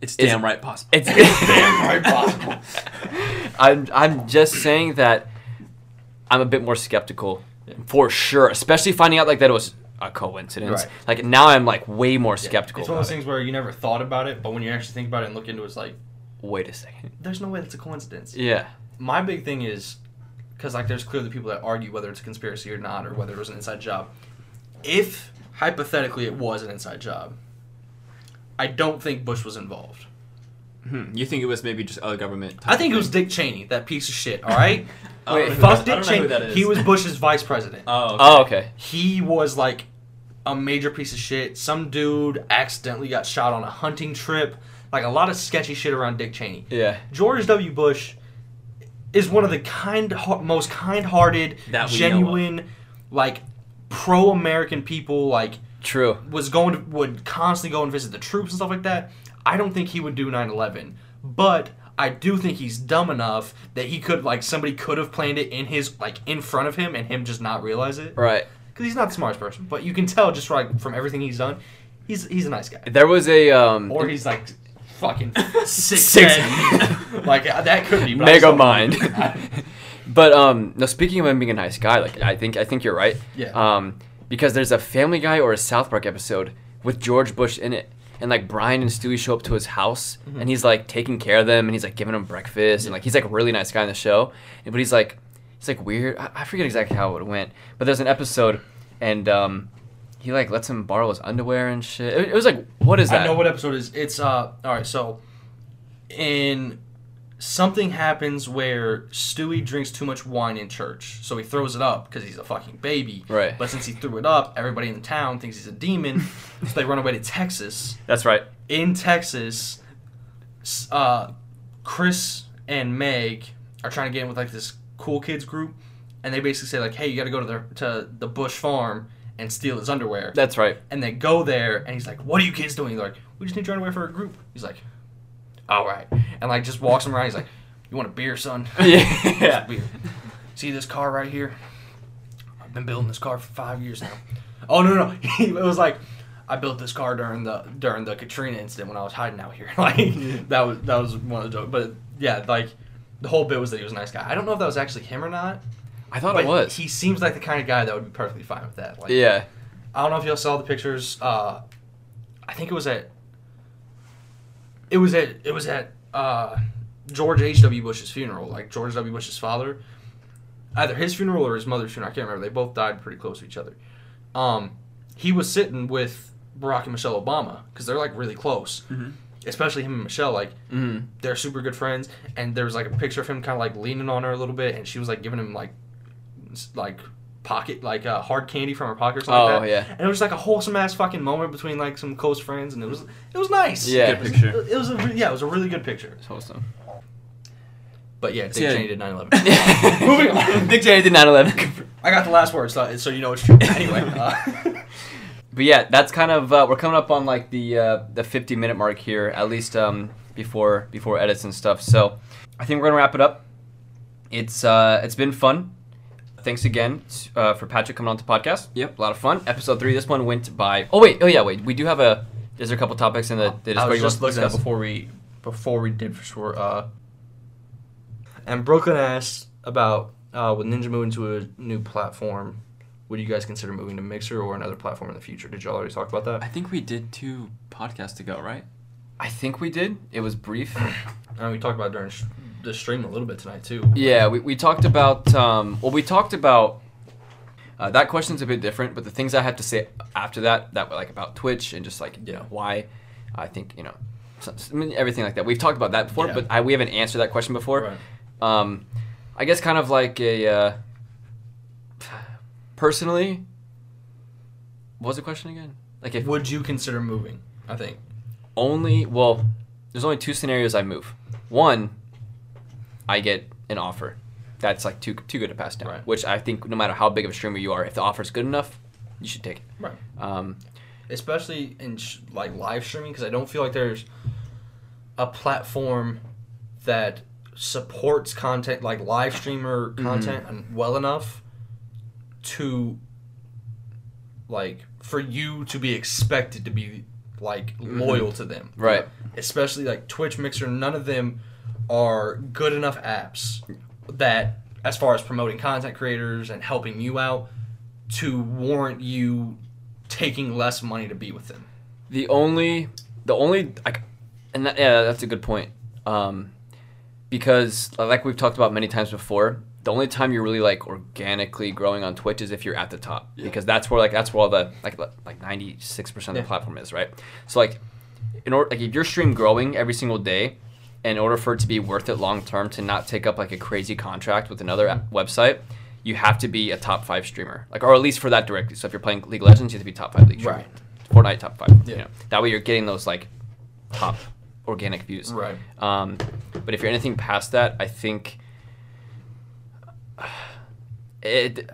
B: It's
C: Is-
B: damn right possible.
C: it's damn right possible. I'm I'm just saying that I'm a bit more skeptical for sure, especially finding out like that it was a coincidence.
A: Right.
C: Like now I'm like way more skeptical.
A: It's one of
C: about
A: those
C: it.
A: things where you never thought about it, but when you actually think about it and look into it, it's like
C: Wait a second.
A: there's no way that's a coincidence.
C: Yeah.
A: My big thing is because like there's clearly people that argue whether it's a conspiracy or not, or whether it was an inside job. If hypothetically it was an inside job, I don't think Bush was involved.
B: Hmm, You think it was maybe just other government?
A: I think it was Dick Cheney, that piece of shit. All right, Uh,
B: I don't know
C: Wait,
A: fuck
B: who that- I
A: Dick
B: don't know who
A: Cheney.
B: that is.
A: He was Bush's vice president.
B: Oh, okay.
C: Oh okay.
A: He was like a major piece of shit. Some dude accidentally got shot on a hunting trip. Like a lot of sketchy shit around Dick Cheney.
C: Yeah.
A: George W. Bush is one of the kind, most kind-hearted,
B: That we know of.
A: genuine, like pro-American people. Like
C: True.
A: was going to, would constantly go and visit the troops and stuff like that. I don't think he would do 9/11, but I do think he's dumb enough that he could like somebody could have planned it in his like in front of him and him just not realize it.
C: Right.
A: Cuz he's not the smartest person, but you can tell just like from everything he's done, He's he's a nice guy.
C: There was a um,
A: Or he's like fucking six,
C: Six-
A: like uh, that could be but I
C: mega
A: still-
C: mind. but um, no. Speaking of him being a nice guy, like I think I think you're right.
A: Yeah.
C: Um, because there's a Family Guy or a South Park episode with George Bush in it, and like Brian and Stewie show up to his house,
A: Mm-hmm.
C: and he's like taking care of them, and he's like giving them breakfast, and like he's like a really nice guy in the show, and- but he's like he's like weird. I, I forget exactly how it went, but there's an episode, and um, he like lets him borrow his underwear and shit. It, it was like what is that?
A: I know what episode it is. It's uh all right, so in something happens where Stewie drinks too much wine in church. So he throws it up because he's a fucking baby.
C: Right.
A: But since he threw it up, everybody in the town thinks he's a demon. so they run away to Texas.
C: That's right.
A: In Texas, s- uh Chris and Meg are trying to get in with like this cool kids group and they basically say like, "Hey, you got to go to the to the Bush farm and steal his underwear."
C: That's right.
A: and they go there and he's like what are you kids doing They're like we just need your underwear for a group he's like all right and like just walks him around he's like you want a beer son
C: yeah.
A: beer see this car right here i've been building this car for five years now oh no no no. it was like i built this car during the during the katrina incident when i was hiding out here like that was that was one of the jokes but yeah like the whole bit was that he was a nice guy i don't know if that was actually him or not
C: I thought
A: but
C: it was.
A: he seems like the kind of guy that would be perfectly fine with that like
C: yeah.
A: I don't know if y'all saw the pictures. Uh, I think it was at. It was at it was at uh, George H. W. Bush's funeral, like George W. Bush's father, either his funeral or his mother's funeral. I can't remember. They both died pretty close to each other. Um, he was sitting with Barack and Michelle Obama because they're like really close,
C: Mm-hmm.
A: especially him and Michelle. Like they're super good friends. And there was like a picture of him kind of like leaning on her a little bit, and she was like giving him like s- like pocket like uh, hard candy from her pocket or something.
C: Oh,
A: like that.
C: yeah.
A: And it was like a wholesome ass fucking moment between like some close friends, and it was it was nice.
C: Yeah.
A: It was,
B: Good
A: It was a re- yeah, it was a really good picture.
C: It's wholesome.
A: But yeah, Dick
B: Yeah.
A: Cheney did 9/11. Moving on.
C: Dick Cheney did 9/11.
A: I got the last word, so, so you know it's true. Anyway, uh,
C: But yeah, that's kind of uh, we're coming up on like the uh, the 50 minute mark here, at least um, before before edits and stuff. So I think we're gonna wrap it up. It's uh, it's been fun. Thanks again uh, for Patrick coming on to the podcast.
B: Yep.
C: a lot of fun. Episode three. This one went by. Oh wait, oh yeah, wait. We do have a. Is there a couple topics in the? the
A: I
C: Discord
A: was
C: you
A: just
C: want to
A: looking at
C: discuss?
A: before we before we did for sure. Uh, and Brooklyn asked about uh, with Ninja moving to a new platform, would you guys consider moving to Mixer or another platform in the future? Did y'all already talk about
B: I
A: that?
B: think we did two podcasts ago, right?
C: I think we did. It was brief.
A: And we talked about it during sh- the stream a little bit tonight too.
C: Yeah, we, we talked about um, well, we talked about uh, that question's a bit different, but the things I have to say after that, that were like about Twitch and just like you know why I think you know so- I mean, everything like that. We've talked about that before,
A: Yeah.
C: but I, we haven't answered that question before.
A: Right.
C: Um, I guess kind of like a uh, personally. What was the question again? Like if
A: Would you consider moving? I think.
C: only well there's only two scenarios i move one i get an offer that's like too too good to pass down
A: Right.
C: which i think no matter how big of a streamer you are if the offer's good enough you should take it
A: Right.
C: um,
A: especially in sh- like live streaming because i don't feel like there's a platform that supports content like live streamer content and well enough to like for you to be expected to be like loyal to them
C: Right.
A: especially like twitch mixer none of them are good enough apps that as far as promoting content creators and helping you out to warrant you taking less money to be with them.
C: the only the only like and that, yeah that's a good point um, because like we've talked about many times before the only time you're really like organically growing on twitch is if you're at the top because that's where like that's where all the like li- like 96% of the
A: Yeah.
C: platform is right so like in order like if your stream growing every single day in order for it to be worth it long term to not take up like a crazy contract with another a- website you have to be a top five streamer like or at least for that directly so if you're playing league of legends you have to be top five league streamer.
A: Right.
C: Fortnite top five. You
A: Yeah.
C: know, that way you're getting those like top organic views.
A: Right.
C: Um, but if you're anything past that, I think it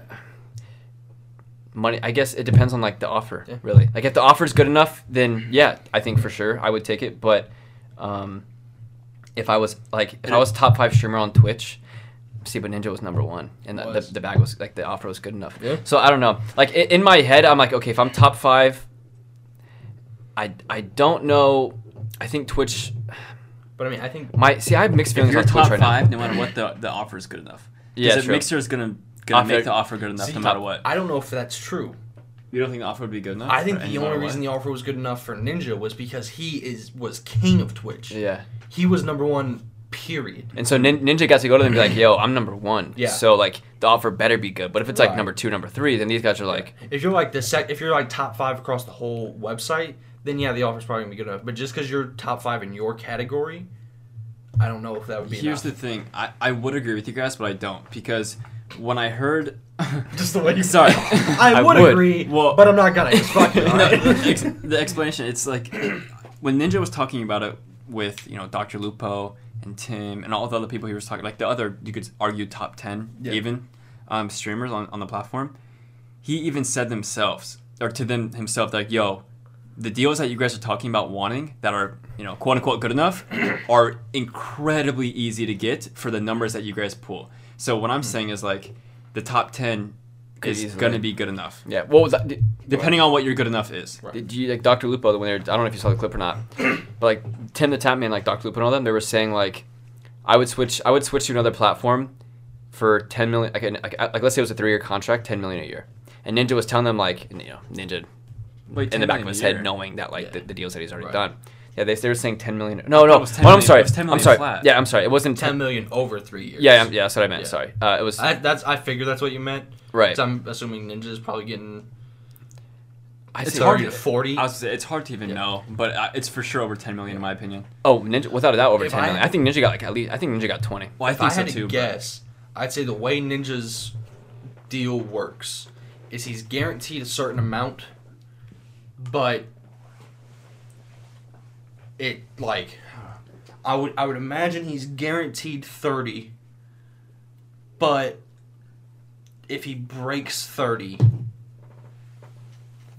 C: money. I guess it depends on like the offer.
A: Yeah.
C: Really, like if the offer is good enough, then yeah, I think for sure I would take it. But um, if I was like if I was top five streamer on Twitch. See, but Ninja was number one, and the, the,
A: Was.
C: the bag was like the offer was good enough. So I don't know. Like i- in my head, I'm like, okay, if I'm top five, I I don't know. I think Twitch
A: But I mean, I think
C: might see. I have mixed
B: If
C: feelings
B: you're
C: on
B: top
C: Twitch right
B: five,
C: now.
B: no matter what, the the offer is good enough.
C: Yeah,
B: Because
C: true.
B: Mixer is gonna gonna
C: Offer-
B: make the offer good enough
A: See,
B: no matter what.
A: I don't know if that's true.
B: You don't think the offer would be good enough?
A: I think
B: for
A: the
B: any
A: only
B: matter
A: reason the
B: what?
A: offer was good enough for Ninja was because he is was king of Twitch.
C: Yeah.
A: He was number one. Period.
C: And so Nin- Ninja got to go to them and be like, "Yo, I'm number one."
A: Yeah.
C: So like the offer better be good. But if it's like
A: Right.
C: number two, number three, then these guys are like,
A: If you're like the sec, if you're like top five across the whole website, then yeah, the offer's probably gonna be good enough. But just because you're top five in your category, I don't know if that would be.
B: Here's
A: enough.
B: the thing. I, I would agree with you guys, but I don't because when I heard,
A: just the way you.
B: sorry,
A: I,
C: I
A: would,
C: would.
A: agree,
B: Well-
A: but I'm not gonna. It's fucking.
B: No,
A: alright?
B: the, ex- the explanation. It's like when Ninja was talking about it with you know Dr. Lupo and Tim and all the other people he was talking. Like the other, you could argue top ten
A: Yeah.
B: even um, streamers on on the platform. He even said themselves or to them himself like, "Yo, the deals that you guys are talking about wanting that are you know quote unquote good enough are incredibly easy to get for the numbers that you guys pull." So what I'm saying is like the top ten.
C: Could
B: is
C: easily-
B: gonna be good enough,
C: "Yeah, what was that?" Did,
B: depending on what your good enough is.
C: did you like Dr. Lupo the when they were, I don't know if you saw the clip or not, but like Tim the Tapman, like Dr. Lupo and all them, they were saying like, I would switch, I would switch to another platform for ten million. Like, an- like, like let's say it was a three-year contract, ten million a year. And Ninja was telling them like, and, you know, Ninja
B: Wait,
C: in the
B: 10
C: back of
B: million
C: his
B: a
C: head,
B: year.
C: knowing that like the, the deals that he's already
A: Right.
C: done. Yeah, they, they were saying ten million. No, no,
B: it was 10
C: oh, I'm
B: million-
C: sorry.
B: it was 10
C: I'm
B: million
C: sorry.
B: flat.
C: Yeah, I'm sorry. It wasn't ten.
A: Ten million over three years.
C: yeah, yeah, yeah, that's what I meant.
A: Yeah.
C: Sorry, uh, it was
A: I, that's I figured that's what you meant.
C: right.
A: So I'm assuming Ninja's probably getting
C: I
A: it's
C: see.
A: hard to forty.
B: I was, it's hard to even know, but uh, it's for sure over 10 million in my opinion.
C: Oh, Ninja, without a doubt, over
A: If
C: ten
A: I-
C: million. I, think Ninja got like at least. I think Ninja got twenty.
B: Well, I
A: if
B: think
A: I
B: so
A: had
B: too.
A: to
B: but-
A: guess, I'd say the way Ninja's deal works is he's guaranteed a certain amount, but it like I would I would imagine he's guaranteed thirty, but if he breaks thirty,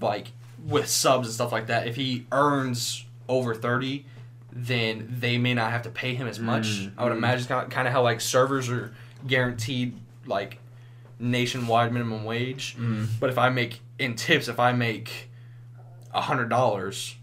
A: like with subs and stuff like that, if he earns over thirty, then they may not have to pay him as much. I would imagine kind of how like servers are guaranteed like nationwide minimum wage. But if I make in tips, if I make a hundred dollars,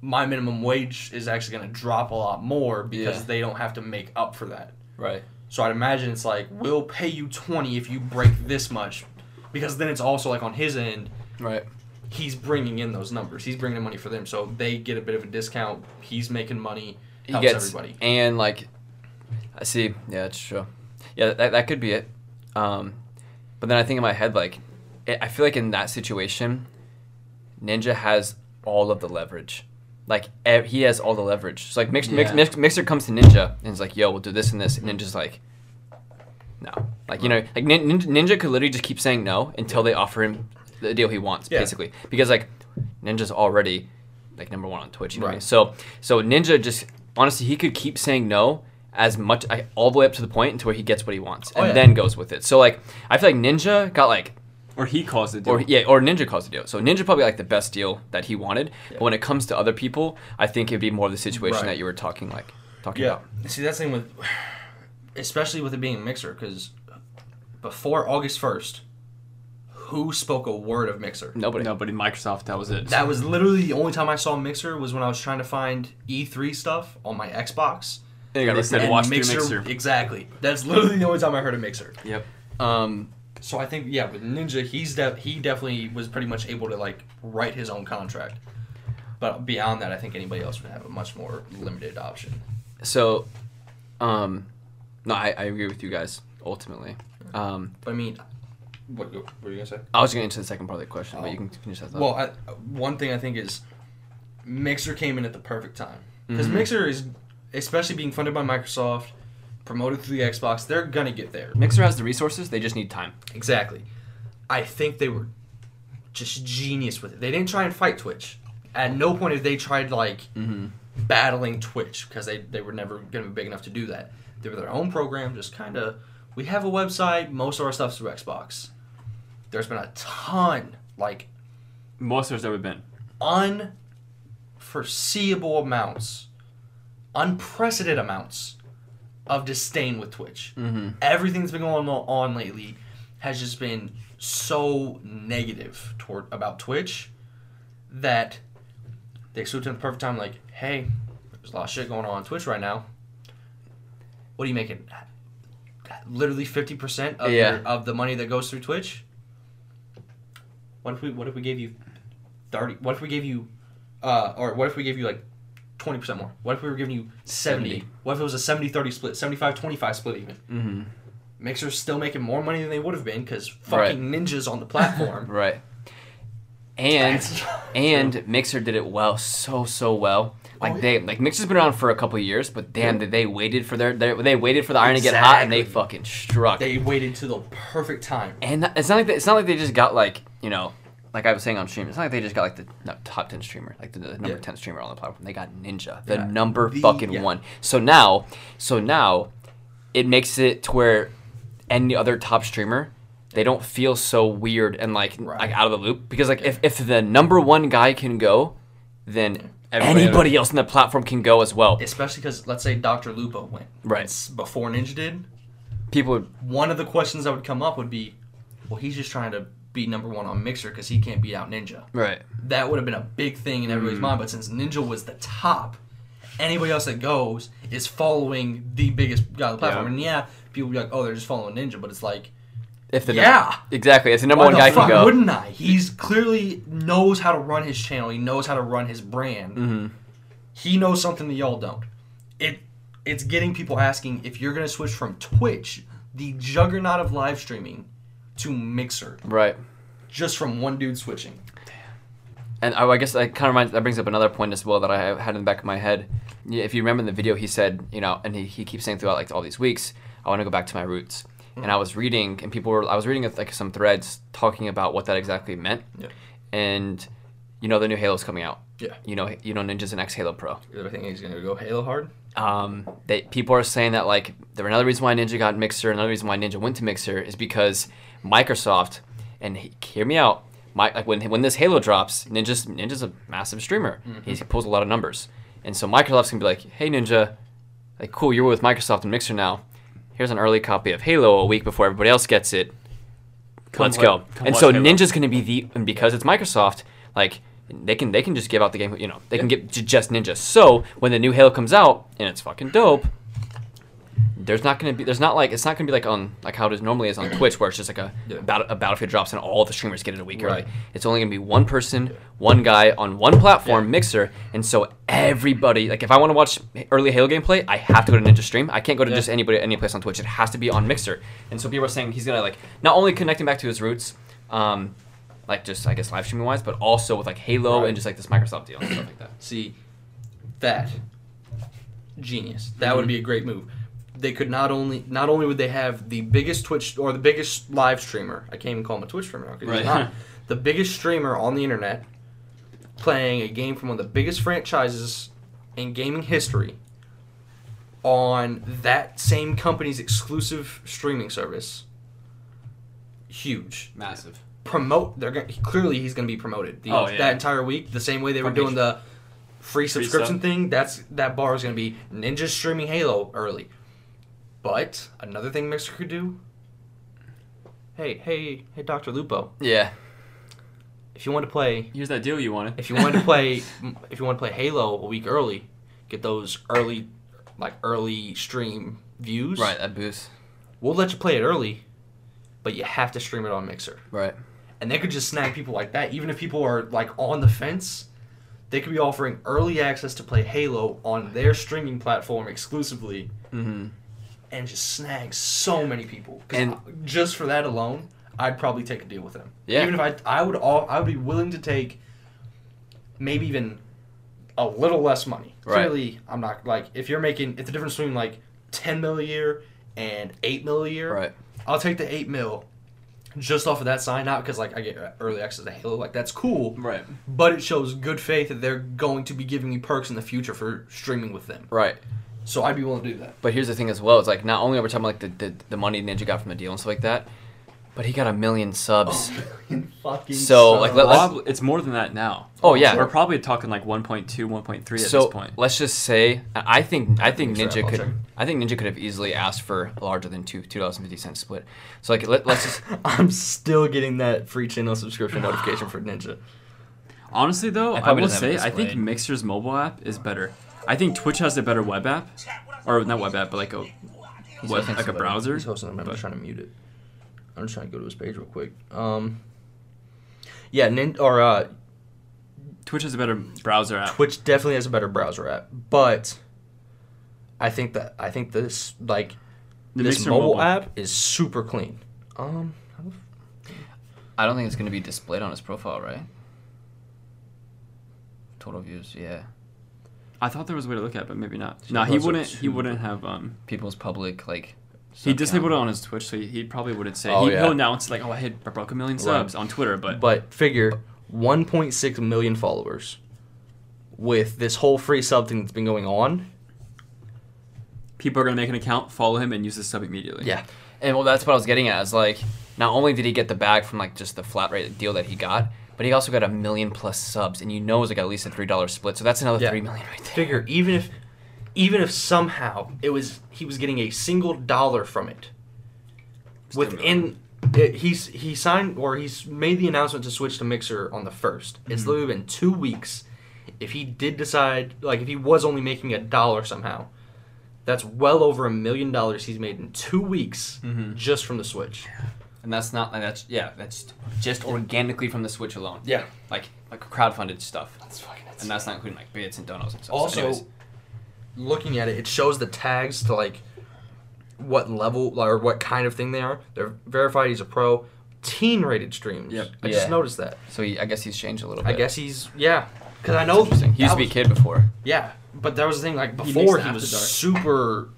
A: my minimum wage is actually going to drop a lot more because
C: Yeah.
A: they don't have to make up for that.
C: Right.
A: So I'd imagine it's like we'll pay you twenty if you break this much, because then it's also like on his end
C: Right.
A: he's bringing in those numbers. He's bringing in money for them, so they get a bit of a discount. He's making money.
C: He
A: helps
C: gets
A: everybody.
C: and like, I see. Yeah, it's true. Yeah, that, that could be it. Um, but then I think in my head like, i I feel like in that situation, Ninja has all of the leverage. Like ev- he has all the leverage. So like Mix, Mix,
B: Yeah.
C: Mix, Mixer comes to Ninja and is like, "Yo, we'll do this and this," and Ninja's like, "No." Like you know, like Nin- Ninja, Ninja could literally just keep saying no until they offer him the deal he wants,
A: Yeah.
C: basically. Because like Ninja's already like number one on Twitch. You know what I mean?
A: Right.
C: So so Ninja just honestly he could keep saying no as much I, all the way up to the point until he gets what he wants
A: Oh,
C: and
A: yeah.
C: then goes with it. So like I feel like Ninja got like
B: Or he calls the deal.
C: or yeah, or Ninja caused the deal. So Ninja probably like the best deal that he wanted. But when it comes to other people, I think it'd be more of the situation
A: Right.
C: that you were talking like talking
A: Yeah.
C: about.
A: See, that's the thing with, especially with it being a mixer, because before August first, who spoke a word of mixer?
C: Nobody.
B: No, but in Microsoft, that was it.
A: That was literally the only time I saw mixer was when I was trying to find E3 stuff on my Xbox.
C: They
B: they
C: got
B: said
C: recommended.
B: watch through Mixer.
A: Exactly. That's literally the only time I heard of mixer.
B: Yep.
C: Um,
A: So I think yeah, with Ninja, he's def- he definitely was pretty much able to like write his own contract. But beyond that, I think anybody else would have a much more limited option.
C: so, um, no, I, I agree with you guys ultimately. Um,
A: But I mean, what, what were you gonna say?
C: I was going to into the second part of the question, but you can finish that thought.
A: Well, I, one thing I think is Mixer came in at the perfect time because Mixer is, especially being funded by Microsoft, promoted through the Xbox, they're gonna get there.
C: Mixer has the resources; they just need time.
A: Exactly. I think they were just genius with it. They didn't try and fight Twitch. At no point did they tried like battling Twitch because they, they were never going to be big enough to do that. They were their own program, just kind of. We have a website. Most of our stuff's through Xbox. There's been a ton, like
B: Most there's ever been.
A: unforeseeable amounts, unprecedented amounts of disdain with Twitch. Everything that's been going on lately has just been so negative toward about Twitch that They swooped in at the perfect time, like, hey, there's a lot of shit going on on Twitch right now. What are you making? Literally fifty percent of
C: Yeah.
A: your, of the money that goes through Twitch. What if we What if we gave you thirty? What if we gave you, uh, or what if we gave you like twenty percent more? What if we were giving you 70?
C: 70.
A: What if it was a 70-30 split, 75-25 split even? Mm-hmm. Mixer's still making more money than they would have been because
C: Right.
A: fucking ninjas on the platform.
C: Right. And
A: That's
C: and Mixer did it well, so so well. Like
A: Oh, yeah.
C: they like Mixer's been around for a couple of years, but damn, did they waited for their, their they waited for the iron to get hot and they
A: Exactly.
C: fucking struck.
A: they waited to the perfect time.
C: and it's not like they, it's not like they just got like you know like I was saying on stream. It's not like they just got like the no, top ten streamer, like the, the number
A: Yeah.
C: ten streamer on the platform. They got Ninja, the number
A: The-
C: fucking
A: yeah.
C: one. So now, so now, it makes it to where any other top streamer. They don't feel so weird and like like out of the loop because like if, if the number one guy can go, then
B: Everybody-
C: anybody else on the platform can go as well.
A: Especially because let's say Dr. Lupo went
C: Right.
A: s- before Ninja did.
C: People would
A: One of the questions that would come up would be, well, he's just trying to be number one on Mixer because he can't beat out Ninja.
C: right.
A: That would have been a big thing in
C: Mm.
A: everybody's mind. But since Ninja was the top, anybody else that goes is following the biggest guy on the platform.
B: Yeah.
A: And yeah, people would be like, oh, they're just following Ninja, but it's like.
C: If the
A: Yeah.
C: exactly if the number
A: Why
C: one
A: the
C: guy
A: fuck
C: can go
A: Wouldn't I? He's clearly knows how to run his channel. He knows how to run his brand.
C: Mm-hmm.
A: He knows something that y'all don't. It it's getting people asking if you're gonna switch from Twitch, the juggernaut of live streaming, to Mixer,
C: right.
A: just from one dude switching.
C: and I, I guess that kind of reminds that brings up another point as well that I had in the back of my head. Yeah, If you remember in the video, he said, you know, and he, he keeps saying throughout like all these weeks, I want to go back to my roots. And I was reading, and people were I was reading like some threads talking about what that exactly meant.
A: Yeah.
C: And you know, the new Halo's coming out.
A: Yeah.
C: You know, you know, Ninja's an ex Halo pro
A: I think he's gonna go Halo hard.
C: um, they people are saying that like there another reason why Ninja got Mixer, another reason why Ninja went to Mixer is because Microsoft, and he, hear me out, my, like when when this Halo drops, Ninja's Ninja's a massive streamer.
B: Mm-hmm.
C: He's, he pulls a lot of numbers, and so Microsoft's gonna be like, hey Ninja, like cool, you're with Microsoft and Mixer now. Here's an early copy of Halo a week before everybody else gets it. Let's
B: wa-
C: go.
B: come
C: And
B: watch
C: so
B: Halo.
C: Ninja's going to be the and because it's Microsoft, like they can they can just give out the game, you know. They can get j- just Ninja. So when the new Halo comes out and it's fucking dope, there's not going to be there's not like it's not going to be like on like how it is normally is on Twitch where it's just like a battle, a battlefield drops and all the streamers get it a week early.
A: Right.
C: It's only going to be one person, one guy on one platform, Mixer, and so everybody like if I want to watch early Halo gameplay, I have to go to Ninja stream. I can't go to just anybody any place on Twitch. It has to be on Mixer. And so people are saying he's going to like not only connecting back to his roots, um like just I guess live streaming wise, but also with like Halo and just like this Microsoft deal and stuff like that.
A: See, that genius. That would be a great move. They could not only not only would they have the biggest Twitch or the biggest live streamer. I can't even call him a Twitch streamer now 'cause
B: Right.
A: he's not the biggest streamer on the internet playing a game from one of the biggest franchises in gaming history on that same company's exclusive streaming service. Huge
B: Massive.
A: promote. They're gonna, clearly he's going to be promoted the,
B: Oh, yeah.
A: that entire week. The same way they were doing the free subscription
B: stuff.
A: thing. That's that bar is going to be Ninja streaming Halo early. But another thing Mixer could do. Hey, hey, hey, Doctor Lupo.
C: Yeah.
A: If you want to play,
B: Here's that deal you wanted.
A: if you want to play, if you want to play Halo a week early, get those early, like early stream views.
C: Right, that boost.
A: We'll let you play it early, but you have to stream it on Mixer.
C: Right.
A: and they could just snag people like that. Even if people are like on the fence, they could be offering early access to play Halo on their streaming platform exclusively, and just snag so many people. 'Cause
C: Mm-hmm. And-
A: I- just for that alone, I'd probably take a deal with them.
C: Yeah.
A: Even if I, I would all, I would be willing to take maybe even a little less money.
C: Right.
A: Clearly, I'm not like if you're making if the difference between like ten mil a year and eight mil a year,
C: Right.
A: I'll take the eight mil just off of that sign out because like I get uh, early access to Halo, like that's cool.
B: Right.
A: But it shows good faith that they're going to be giving me perks in the future for streaming with them.
C: Right.
A: So I'd be willing to do that.
C: But here's the thing as well. It's like not only are we talking about like the, the, the money Ninja got from the deal and stuff like that, but he got a million
B: Oh,
C: subs.
A: Fucking
C: So, like, let- let's-
B: Probably, it's more than that now.
C: Oh, yeah.
B: We're probably talking like 1.2, 1.3 at
C: so
B: this point.
C: let's just say I I think I think
A: Thanks,
C: Ninja
A: Rob. I'll
C: could
A: check.
C: I think Ninja could have easily asked for larger than two two dollars and fifty cents split. So like let, let's just
A: I'm still getting that free channel subscription notification for Ninja.
B: Honestly, though,
C: I
B: I,
C: probably
B: will
C: doesn't have
B: say
C: it
B: I think
C: displayed.
B: Mixer's mobile app is better. I think Twitch has a better web app, or not web app, but like a web,
J: hosting
B: like a
J: somebody.
B: browser.
A: He's hosting. I'm
B: but-
A: just trying to mute it. I'm just trying to go to his page real quick. Um. Yeah, nin- or uh,
B: Twitch has a better browser app.
A: Twitch definitely has a better browser app, but I think that I think this like
B: The
A: this
B: Mixer
A: mobile, app is super clean. Um, how the f-
C: I don't think it's gonna be displayed on his profile, right? Total views, yeah.
B: I thought there was a way to look at, it, but maybe not. no,
A: those
B: he
A: are
B: wouldn't. He
A: two-
B: wouldn't have. Um,
C: People's public, like.
B: he disabled it on his Twitch, so he, he probably wouldn't say.
A: Oh,
B: he,
A: yeah.
B: He'll announce like, "Oh, I hit I broke a million subs on Twitter," but,
A: but figure 1.6 million followers with this whole free sub thing that's been going on.
B: people are gonna make an account, follow him, and use the sub immediately.
A: Yeah,
C: And well, that's what I was getting at. Is like, not only did he get the bag from like just the flat rate deal that he got, but he also got a million plus subs, and you know it was like at least a three dollar split. So that's another
A: Yeah.
C: three million right there.
A: figure even if even if somehow it was he was getting a single dollar from it within it, he's he signed or he's made the announcement to switch to mixer on the 1st it's literally been two weeks if he did decide like if he was only making a dollar somehow that's well over a million dollars he's made in two weeks just from the switch
C: And that's not. And that's yeah. That's just organically from the Switch alone.
A: Yeah.
C: Like like crowdfunded stuff.
A: that's fucking
C: And that's not including like bits and donuts and stuff.
A: also looking at it it shows the tags to like what level or what kind of thing they are they're verified he's a pro teen rated streams
B: Yep.
A: i just
C: Yeah.
A: noticed that
C: so he, I guess he's changed a little bit.
A: i guess he's yeah because i know
C: Interesting. He used to be a
A: that
C: kid before.
A: was- yeah but that was the thing like
B: makes
A: before
B: the
A: he
B: After
A: was
B: Dark.
A: super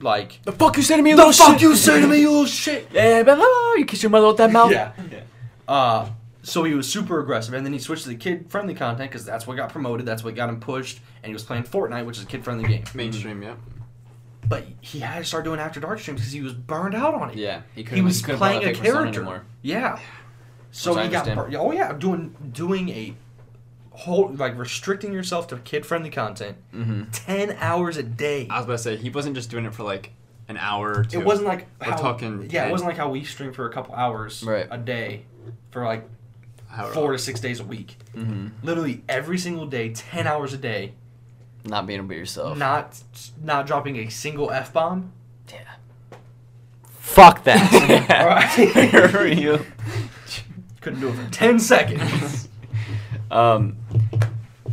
A: like
C: The fuck you say to me,
A: the fuck you say to me you little shit
C: Yeah, blah, blah, blah, oh, you kiss your mother with that mouth.
A: yeah. Uh, so he was super aggressive, and then he switched to the kid-friendly content because that's what got promoted, that's what got him pushed, and he was playing Fortnite, which is a kid-friendly game.
B: mainstream. Yeah.
A: But he had to start doing after dark streams because he was burned out on it.
C: Yeah, he couldn't.
A: he was
C: couldn't
A: playing a
C: bother Persona
A: character.
C: anymore.
A: Yeah. So
C: Which I
A: he got
C: understand.
A: bur- oh yeah, doing doing a whole like restricting yourself to kid-friendly content,
C: Mm-hmm.
A: ten hours a day.
B: I was about to say he wasn't just doing it for like an hour. Or two.
A: it wasn't like
B: We're
A: how,
B: talking
A: yeah, it
B: 10.
A: wasn't like how we stream for a couple hours
C: Right.
A: a day for like
B: However,
A: four to six days a week.
C: Mm-hmm.
A: Literally every single day, ten hours a day,
C: Not being able to be yourself.
A: not not dropping a single f bomb.
C: Yeah.
K: Fuck that.
A: All right,
C: Where are you?
A: couldn't do it for ten seconds.
C: Um,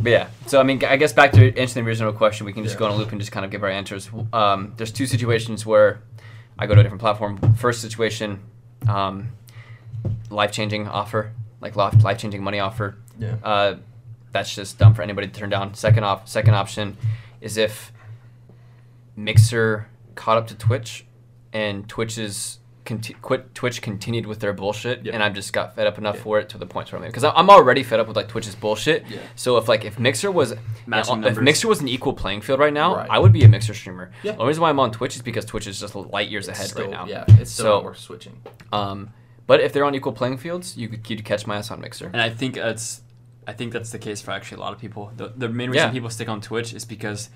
C: but yeah, so I mean, I guess back to answering the original question, we can just go on a loop and just kind of give our answers. Um, there's two situations where I go to a different platform. First situation, um, life changing offer, like life changing money offer.
A: Yeah.
C: Uh, that's just dumb for anybody to turn down. Second op- second option is if Mixer caught up to Twitch, and Twitch's conti- quit Twitch continued with their bullshit, and I've just got fed up enough for it to the point where I'm because I'm already fed up with like Twitch's bullshit.
A: Yeah.
C: So if like if Mixer was
B: Matching
C: if
B: numbers.
C: Mixer was an equal playing field right now,
A: Right.
C: I would be a Mixer streamer.
A: Yeah.
C: The only reason why I'm on Twitch is because Twitch is just light years ahead
A: Still,
C: right now.
A: yeah, it's still
C: so.
A: not worth switching.
C: Um, but if they're on equal playing fields, you could you'd catch my ass on Mixer.
B: And I think that's, I think that's the case for actually a lot of people. The, the main reason
C: Yeah.
B: people stick on Twitch is because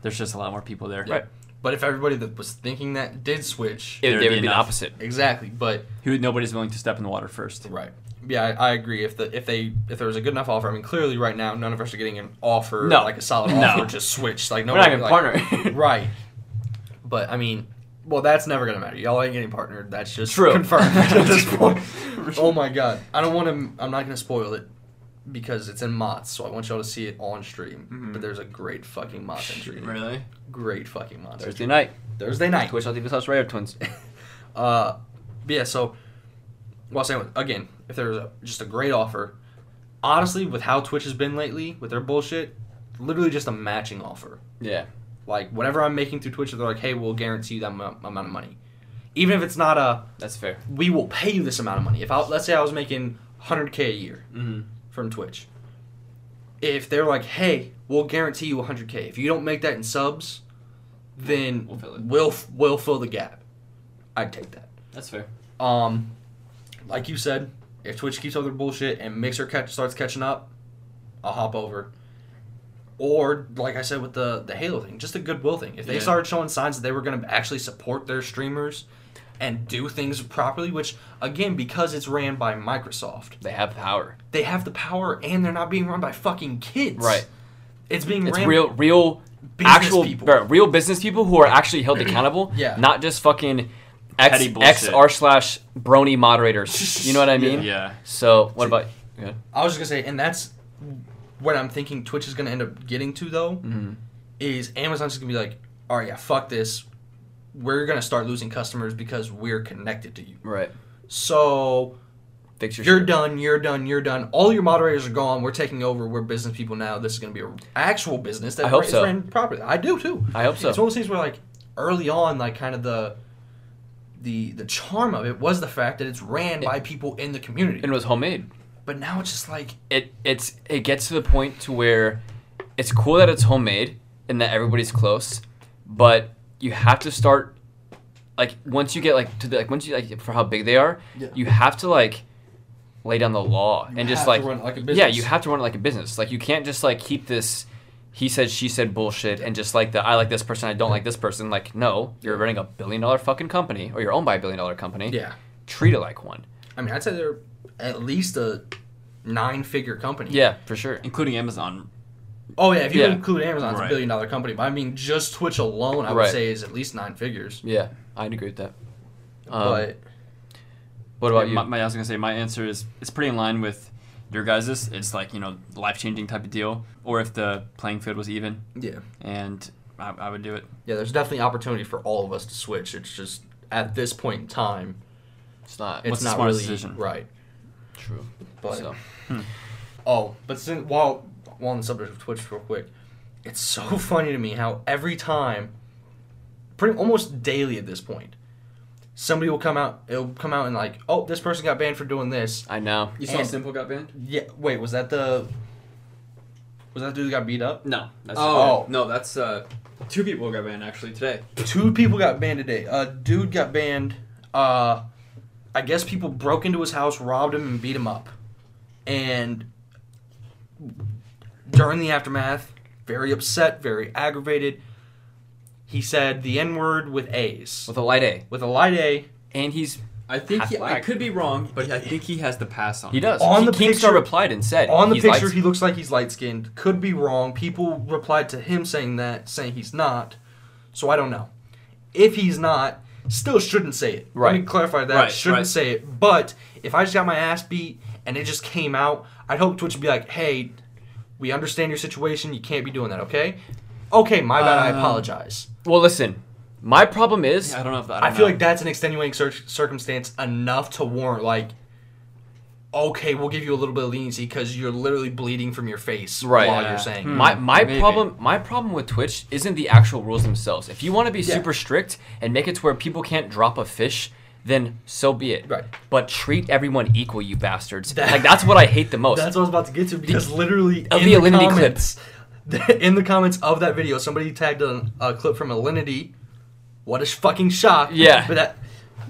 B: there's just a lot more people there.
A: Right. But if everybody that was thinking that did switch,
C: It,
B: There'd
C: it
B: be
C: would be the
B: enough.
C: opposite.
A: exactly. But
B: Who nobody's willing to step in the water first.
A: right, yeah, I, I agree. If the if they if there was a good enough offer, I mean, clearly right now none of us are getting an offer
C: No.
A: like a solid
B: No.
A: offer. Just switch. Like no,
C: We're not even partnering.
A: Right. But I mean, well, that's never gonna matter. Y'all ain't getting partnered. That's just
C: True.
A: confirmed at this point. oh my god, I don't want to. I'm not gonna spoil it because it's in mods, so I want y'all to see it on stream. But there's a great fucking mod entry.
B: Really?
A: Great fucking mod entry.
C: Thursday night,
A: Thursday night.
C: Twitch LTV slash Rare Twins.
A: Uh, but yeah. So, well, saying again, if there was a, just a great offer, honestly, with how Twitch has been lately with their bullshit, literally just a matching offer
C: yeah.
A: like whatever I'm making through Twitch, they're like, hey, we'll guarantee you that mu- amount of money, even if it's not a
C: That's fair.
A: we will pay you this amount of money. If I let's say I was making 100k a year
B: Mm-hmm.
A: from Twitch, if they're like, hey, we'll guarantee you 100k. If you don't make that in subs, then
B: We'll
A: we'll
B: fill it.
A: we'll, f- we'll fill the gap. I'd take that.
B: That's fair.
A: Um, like you said, if Twitch keeps up their bullshit and Mixer catch, starts catching up, I'll hop over. Or like I said with the the Halo thing, just a goodwill thing. If they
B: Yeah.
A: started showing signs that they were going to actually support their streamers and do things properly, which again, because it's ran by Microsoft,
C: They have power.
A: they have the power and they're not being run by fucking kids.
C: Right.
A: It's being
C: It's
A: ran
C: real, real,
A: Business
C: actual,
A: people.
C: bro, real business people who are actually held accountable.
A: Yeah.
C: Not just fucking x
B: Petty bullshit.
C: x r slash brony moderators. You know what I mean?
B: Yeah.
C: So what about? Yeah.
A: I was just gonna say, and that's what I'm thinking Twitch is gonna end up getting to though,
C: Mm-hmm.
A: is Amazon's just gonna be like, all right, yeah, fuck this. We're gonna start losing customers because we're connected to you.
C: Right.
A: So
C: Fix your.
A: you're
C: shit.
A: done, you're done, you're done. All your moderators are gone. We're taking over. We're business people now. This is gonna be an actual business that
C: I hope
A: is
C: so.
A: ran properly. I do too.
C: I hope so.
A: It's one of those things where like early on, like kind of the the the charm of it was the fact that it's ran by people in the community.
C: And it was homemade.
A: but now it's just like
C: it it's it gets to the point to where it's cool that it's homemade and that everybody's close, but you have to start like once you get like to the, like once you like for how big they are,
H: Yeah.
C: you have to like lay down the law and
H: have
C: just
H: to
C: like,
H: run it like a
C: yeah,
H: business.
C: you have to run it like a business. Like you can't just like keep this he said she said bullshit and just like the I like this person I don't like this person like no you're running a billion dollar fucking company or you're owned by a billion dollar company
A: yeah.
C: treat it like one
A: I mean, I'd say they're at least a nine-figure company.
C: yeah for sure
B: including Amazon.
A: Oh yeah, if you
C: Yeah.
A: include Amazon, it's
B: Right.
A: a billion-dollar company. But I mean, just Twitch alone, I would
C: Right.
A: say is at least nine figures.
C: yeah I'd agree with that um,
A: but
C: what about you
B: My, my- I was gonna say my answer is it's pretty in line with your guys's. It's like you know life changing type of deal. Or if the playing field was even,
A: yeah,
B: and I, I would do it.
A: yeah, there's definitely opportunity for all of us to switch. It's just at this point in time,
C: It's not.
A: it's
B: What's the
A: not really
B: smartest decision?
A: right.
C: true.
A: But
C: So
A: oh, but since while while on the subject of Twitch, real quick, it's so funny to me how every time, pretty almost daily at this point, somebody will come out. It'll come out and like, oh, this person got banned for doing this.
C: I know.
B: You
A: saw And-
B: Simple got banned?
A: Yeah. Wait, was that the? Was that dude that got beat up?
B: No. That's
A: Oh.
B: no, that's uh, two people got banned actually today.
A: Two people got banned today. A dude got banned. Uh, I guess people broke into his house, robbed him, and beat him up. And during the aftermath, very upset, very aggravated, he said the N word with A's.
C: With a light A,
A: With a light A
C: and he's
B: I think he, I
C: Like-
B: could be wrong, but I think he has the pass on.
C: he does.
A: On
C: he,
A: the
C: Keemstar
A: picture-
C: replied and said
A: on the
C: he's
A: picture,
C: light-
A: he looks like he's light skinned. Could be wrong. People replied to him saying that, saying he's not. So I don't know. If he's not, still shouldn't say it. Let me
C: Right.
A: clarify that.
B: Right,
A: shouldn't
B: right.
A: say it. But if I just got my ass beat and it just came out, I'd hope Twitch would be like, hey, we understand your situation. You can't be doing that, okay? Okay, my bad. I
B: Um,
A: apologize.
C: well, listen. My problem is
B: I don't know if that.
A: I, feel
C: Um,
A: like that's an extenuating cir- circumstance enough to warrant, like, okay, we'll give you a little bit of leniency because you're literally bleeding from your face
C: Right.
A: while
C: Yeah. Hmm.
A: you're saying it.
C: my my
B: maybe.
C: problem my problem with Twitch isn't the actual rules themselves. If you want to be
A: Yeah.
C: super strict and make it to where people can't drop a fish, then so be it.
A: Right.
C: But treat everyone equal, you bastards.
A: That-
C: like that's what I hate the most.
A: That's what I was about to get to because literally
C: Of
A: in
C: the
A: the,
C: Alinity clip.
A: comments, in the comments of that video, somebody tagged a, a clip from Alinity. What a sh- fucking shock!
C: Yeah.
A: but that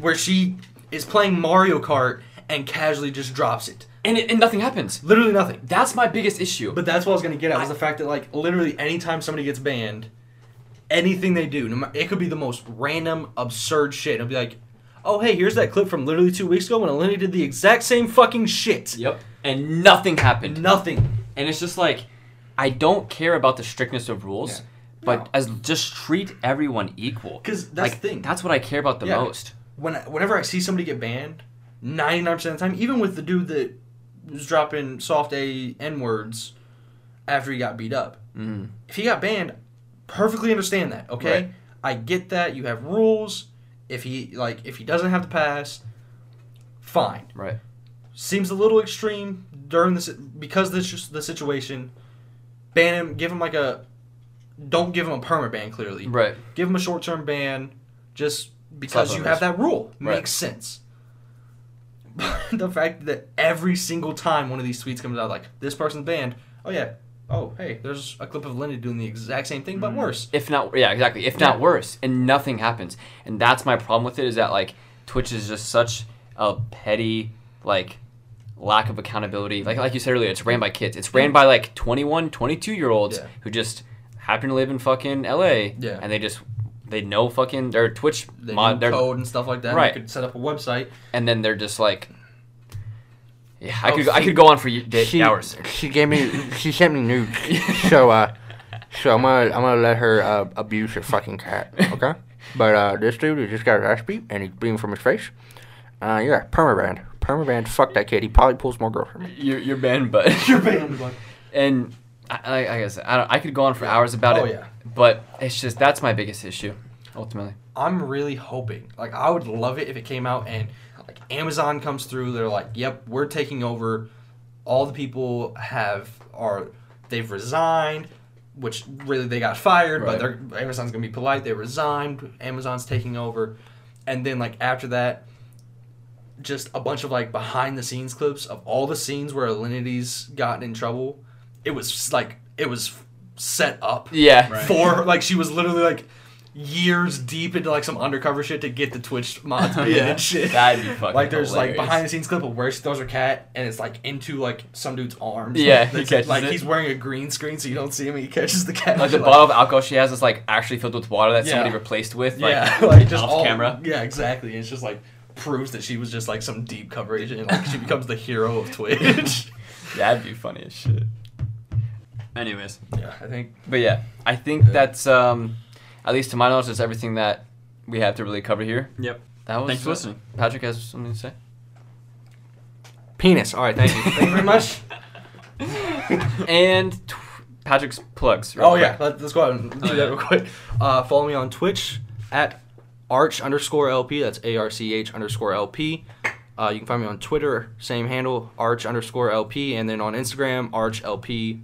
A: where she is playing Mario Kart and casually just drops it.
C: and it, and nothing happens.
A: Literally nothing.
C: That's my biggest issue.
A: But that's what I was gonna get at was the fact that like literally anytime somebody gets banned, anything they do, no ma- it could be the most random, absurd shit. It'll be like, oh hey, here's that clip from literally two weeks ago when Alinity did the exact same fucking shit.
C: yep. And nothing happened.
A: Nothing.
C: and it's just like I don't care about the strictness of rules, but as just treat everyone equal.
A: 'Cause that's
C: Like,
A: the thing.
C: That's what I care about the
A: Yeah.
C: most.
A: when whenever I see somebody get banned, ninety nine percent of the time, even with the dude that was dropping soft A N words after he got beat up, mm. if he got banned, perfectly understand that. Okay,
C: Mm-hmm. Right.
A: I get that you have rules. If he like if he doesn't have to pass, fine.
C: Right.
A: Seems a little extreme during this because this is the situation. Ban him. Give him like a don't give him a permanent ban. Clearly,
C: Right.
A: give him a short term ban just because you
C: Self-imposed.
A: have that rule.
C: Right.
A: Makes sense. the fact that every single time one of these tweets comes out, like, this person's banned, oh yeah, oh hey, there's a clip of Linda doing the exact same
C: Mm.
A: thing, but worse.
C: If not, yeah, exactly. If not worse, and nothing happens, and that's my problem with it is that like Twitch is just such a petty like lack of accountability. Like like you said earlier, it's ran by kids. It's ran by like 21, 22 year olds
A: Yeah.
C: who just happen to live in fucking LA,
A: Yeah.
C: and they just they know fucking their Twitch
A: They
C: mod,
A: do
C: their-
A: code and stuff like that.
C: Right.
A: Right. You could set up a website.
C: and then they're just like, yeah, I
A: Oh,
C: could I
A: she-
C: could go on for y- day,
I: she,
C: hours.
I: She gave me. She sent me nudes. so uh, so I'm gonna I'm gonna let her uh, abuse her fucking cat. Okay. But uh, this dude he just got his ass beat and he's bleeding from his face. Uh, yeah, permaban. Permaban. Fuck that kid. He probably pulls more girls from me.
C: You're, you're banned, but you're banned. and I, I, like I said, I don't. I could go on for hours about
A: Oh,
C: it.
A: yeah.
C: But it's just that's my biggest issue, ultimately.
A: I'm really hoping. Like I would love it if it came out and like Amazon comes through. They're like, "Yep, we're taking over." All the people have are they've resigned, which really they got fired, but
C: Right.
A: they're, Amazon's gonna be polite. They resigned. Amazon's taking over, and then like after that, just a bunch of like behind the scenes clips of all the scenes where Alinity's gotten in trouble. It was like it was set up
C: Yeah.
A: for her. Like she was literally like years deep into like some undercover shit to get the Twitch mods made and shit.
C: That'd be fucking
A: like there's
C: hilarious.
A: like behind the scenes clip of where she throws her cat and it's like into like some dude's arms.
C: Yeah,
A: like,
C: he
A: that's-
C: catches
A: like
C: it.
A: he's wearing a green screen so you don't see him. And he catches the cat.
C: Like the
A: She's
C: bottle of alcohol she has is like actually filled with water that
A: Yeah.
C: somebody replaced with. Like,
A: yeah, like just
C: off
A: all,
C: camera.
A: Yeah, exactly. And it's just like proves that she was just like some deep cover agent and like she becomes the hero of Twitch.
C: That'd be funny as shit.
B: Anyways,
A: yeah, I think
C: But yeah, I think that's um, at least to my knowledge, that's everything that we have to really cover here.
B: yep.
C: That was.
B: Thanks for listening.
C: Patrick has something to say.
I: Penis. All right. Thank you.
A: thank you very much.
C: And tw- Patrick's plugs. real
A: Oh
C: quick.
A: yeah, Let, us go ahead and do that real quick. Uh, follow me on Twitch at arch underscore lp. That's a r c h underscore lp. Uh, you can find me on Twitter, same handle arch underscore lp, and then on Instagram arch lp.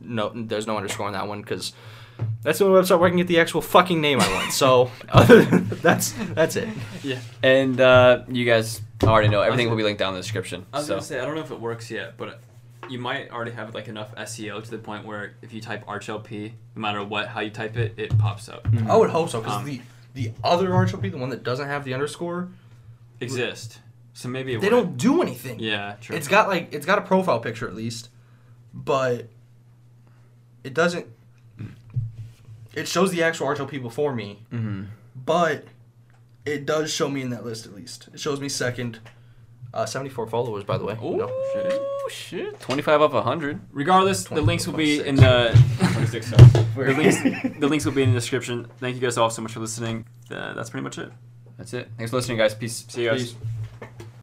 A: No, there's no underscore on that one because that's the only website where I can get the actual fucking name I want. So other than, that's that's it.
C: And uh, you guys already know everything will be linked down in the description.
B: I was
C: So
B: gonna say I don't know if it works yet, but you might already have like enough SEO to the point where if you type ArchLP, no matter what how you type it, it pops up.
A: I would hope so because
B: Um,
A: the the other arch lp, the one that doesn't have the underscore,
B: Exist. So maybe it
A: they
B: would.
A: don't do anything.
B: Yeah, true.
A: It's got like it's got a profile picture at least, but it doesn't. It shows the actual RTLP before me,
B: Mm-hmm.
A: but it does show me in that list at least. It shows me second. Uh, Seventy-four followers, by the way.
C: Ooh,
A: No.
C: shit, twenty-five off hundred.
B: Regardless, the links will be in
A: 26.
B: the. the links, the links will be in the description. Thank you guys all so much for listening. Uh, that's pretty much it.
C: That's it. Thanks for listening, guys. Peace.
B: See you guys.
A: Peace.